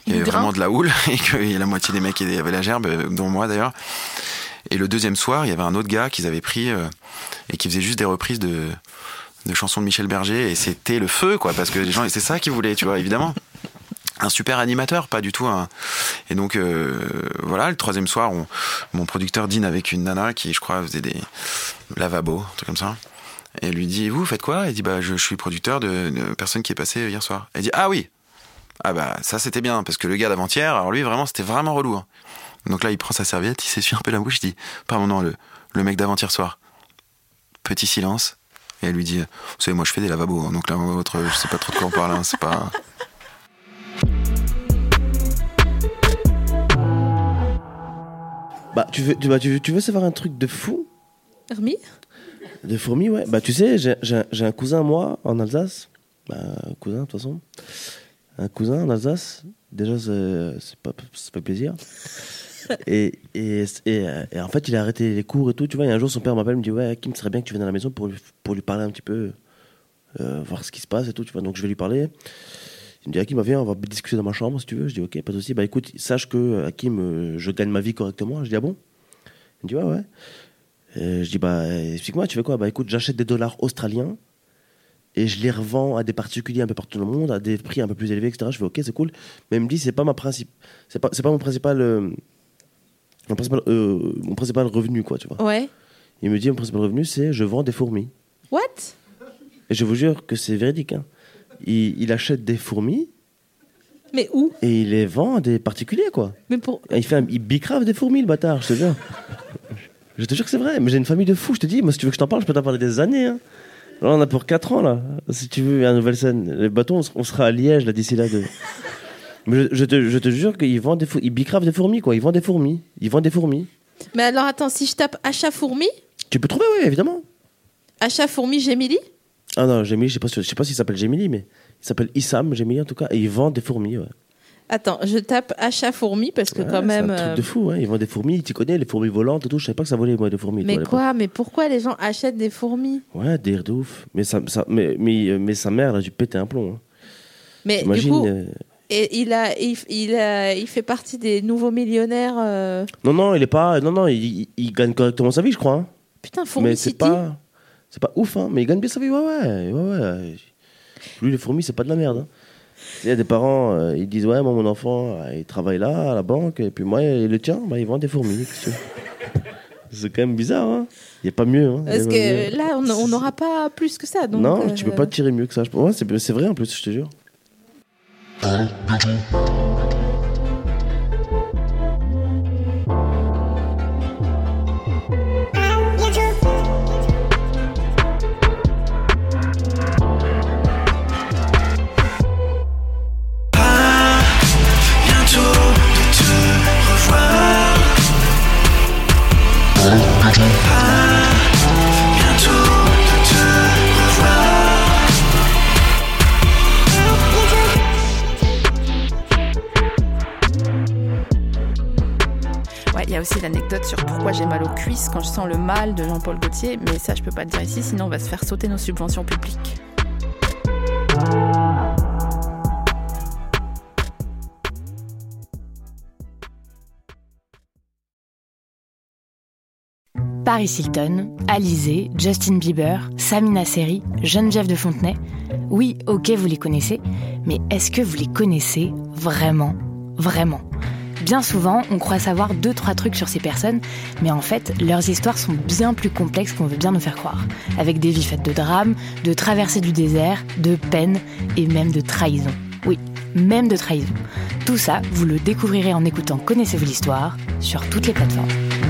Speaker 23: il y
Speaker 16: Du
Speaker 23: avait
Speaker 16: grain.
Speaker 23: vraiment de la houle et que la moitié des mecs qui avaient la gerbe, euh, dont moi d'ailleurs. Et le deuxième soir, il y avait un autre gars qu'ils avaient pris euh, et qui faisait juste des reprises de, de chansons de Michel Berger et c'était le feu quoi parce que les gens c'est ça qu'ils voulaient tu vois évidemment un super animateur, pas du tout un. Et donc euh, voilà, le troisième soir, on- mon producteur dîne avec une nana qui, je crois, faisait des lavabos, un truc comme ça. Et elle lui dit vous faites quoi Elle dit bah je, je suis producteur de, de personne qui est passée hier soir. Elle dit ah oui, ah bah ça c'était bien parce que le gars d'avant-hier, alors lui vraiment c'était vraiment relou. hein. Donc là il prend sa serviette, il s'essuie un peu la bouche, il dit pardon non le le mec d'avant-hier soir. Petit silence. Et elle lui dit, vous savez, moi je fais des lavabos, hein, donc l'un ou l'autre, je sais pas trop de quoi on parle, hein, c'est pas.
Speaker 24: Bah, tu veux, tu, bah, tu veux, tu veux savoir un truc de fou
Speaker 5: Remis
Speaker 24: De fourmis, ouais. Bah, tu sais, j'ai- j'ai j'ai un cousin, moi, en Alsace. Bah, cousin, de toute façon. un cousin en Alsace. Déjà, c'est c'est pas, ça fait plaisir. Et, et, et, euh, et en fait, il a arrêté les cours et tout. Tu vois, et un jour, son père m'appelle, il me dit Ouais, Kim, ce serait bien que tu viennes à la maison pour, lui- pour lui parler un petit peu, euh, voir ce qui se passe et tout. Tu vois, donc je vais lui parler. Il me dit Hakim, bah, viens, on va discuter dans ma chambre si tu veux. Je dis Ok, pas de souci. Bah écoute, sache que euh, Hakim, euh, je gagne ma vie correctement. Je dis Ah bon Il me dit Ouais, ouais. Euh, je dis Bah euh, explique-moi, tu fais quoi Bah écoute, j'achète des dollars australiens et je les revends à des particuliers un peu partout dans le monde, à des prix un peu plus élevés, etc. Je fais Ok, c'est cool. Mais il me dit C'est pas ma principe. C'est pas, c'est pas mon principal. euh, mon principal, euh, mon principal revenu, quoi, tu vois.
Speaker 13: Ouais.
Speaker 24: Il me dit, mon principal revenu, c'est je vends des fourmis.
Speaker 13: What
Speaker 24: Et je vous jure que c'est véridique. hein. Il, il achète des fourmis
Speaker 13: Mais où
Speaker 24: et il les vend à des particuliers, quoi.
Speaker 13: Mais pour.
Speaker 24: Et Il, fait un- il bicrave des fourmis, le bâtard, je te jure. je te jure que c'est vrai. Mais j'ai une famille de fous, je te dis. Moi, si tu veux que je t'en parle, je peux t'en parler des années. hein. Là, on a pour 4 ans, là. Si tu veux, à Nouvelle-Seine. Les bâtons, on se- on sera à Liège, là, d'ici là. de- Mais je, je te, je te jure qu'il vend des fourmis. Il bicrave des fourmis, quoi. Il vend des fourmis. Il vend des fourmis.
Speaker 11: Mais alors attends, si je tape achat fourmi,
Speaker 24: Tu peux trouver, oui, évidemment.
Speaker 11: achat fourmi Gemili
Speaker 24: Ah non, Gemini, je sais pas, si- je sais pas s'il s'appelle Gemini, mais il s'appelle Issam Gemini en tout cas, et il vend des fourmis. Ouais.
Speaker 11: Attends, je tape achat fourmi parce que
Speaker 24: Ouais,
Speaker 11: quand même.
Speaker 24: C'est un
Speaker 11: euh,
Speaker 24: truc de fou, ouais. il vend des fourmis, tu connais, les fourmis volantes et tout, je savais pas que ça volait, moi, des fourmis.
Speaker 11: euh, Mais
Speaker 24: toi, à
Speaker 11: quoi Mais pourquoi les gens achètent des fourmis
Speaker 24: l'époque. Ouais, délire de ouf. Mais, ça, ça- mais, mais, euh, mais sa mère, là, j'ai pété un plomb. hein.
Speaker 11: Mais
Speaker 24: T'imagines,
Speaker 11: du coup,
Speaker 24: euh,
Speaker 11: et il a, il, il a, il fait partie des nouveaux millionnaires. euh,
Speaker 24: Non, non, il est pas. Non, non, il, il- il gagne correctement sa vie, je crois. hein.
Speaker 11: Putain, fourmi
Speaker 24: Mais
Speaker 11: City.
Speaker 24: c'est pas. C'est pas ouf, hein, mais il gagne bien sa vie, ouais, ouais. ouais, ouais. Lui, les fourmis, c'est pas de la merde. hein. Il y a des parents, euh, ils disent Ouais, moi, mon enfant, euh, il travaille là, à la banque, et puis moi, il le tien, bah, il vend des fourmis. qu'est-ce que tu veux c'est quand même bizarre, hein. Il n'y a pas mieux. Hein.
Speaker 11: Parce
Speaker 24: Il y a pas
Speaker 11: que
Speaker 24: mieux.
Speaker 11: là, on on n'aura pas plus que ça. Donc,
Speaker 24: non, tu
Speaker 11: euh,
Speaker 24: peux pas tirer mieux que ça. je- Ouais, c'est c'est vrai en plus, je te jure.
Speaker 2: Bientôt de te revoir. Ah, bientôt de te revoir.
Speaker 3: Ouais, il y a aussi l'anecdote sur pourquoi j'ai mal aux cuisses quand je sens le mal de Jean-Paul Gaultier, mais ça je peux pas le dire ici, sinon on va se faire sauter nos subventions publiques.
Speaker 25: Paris Hilton, Alizé, Justin Bieber, Samina Seri, Geneviève de Fontenay. Oui, ok, vous les connaissez, mais est-ce que vous les connaissez vraiment Vraiment Bien souvent, on croit savoir deux, trois trucs sur ces personnes, mais en fait, leurs histoires sont bien plus complexes qu'on veut bien nous faire croire. Avec des vies faites de drames, de traversées du désert, de peines et même de trahison. Oui, même de trahison. Tout ça, vous le découvrirez en écoutant Connaissez-vous l'histoire sur toutes les plateformes.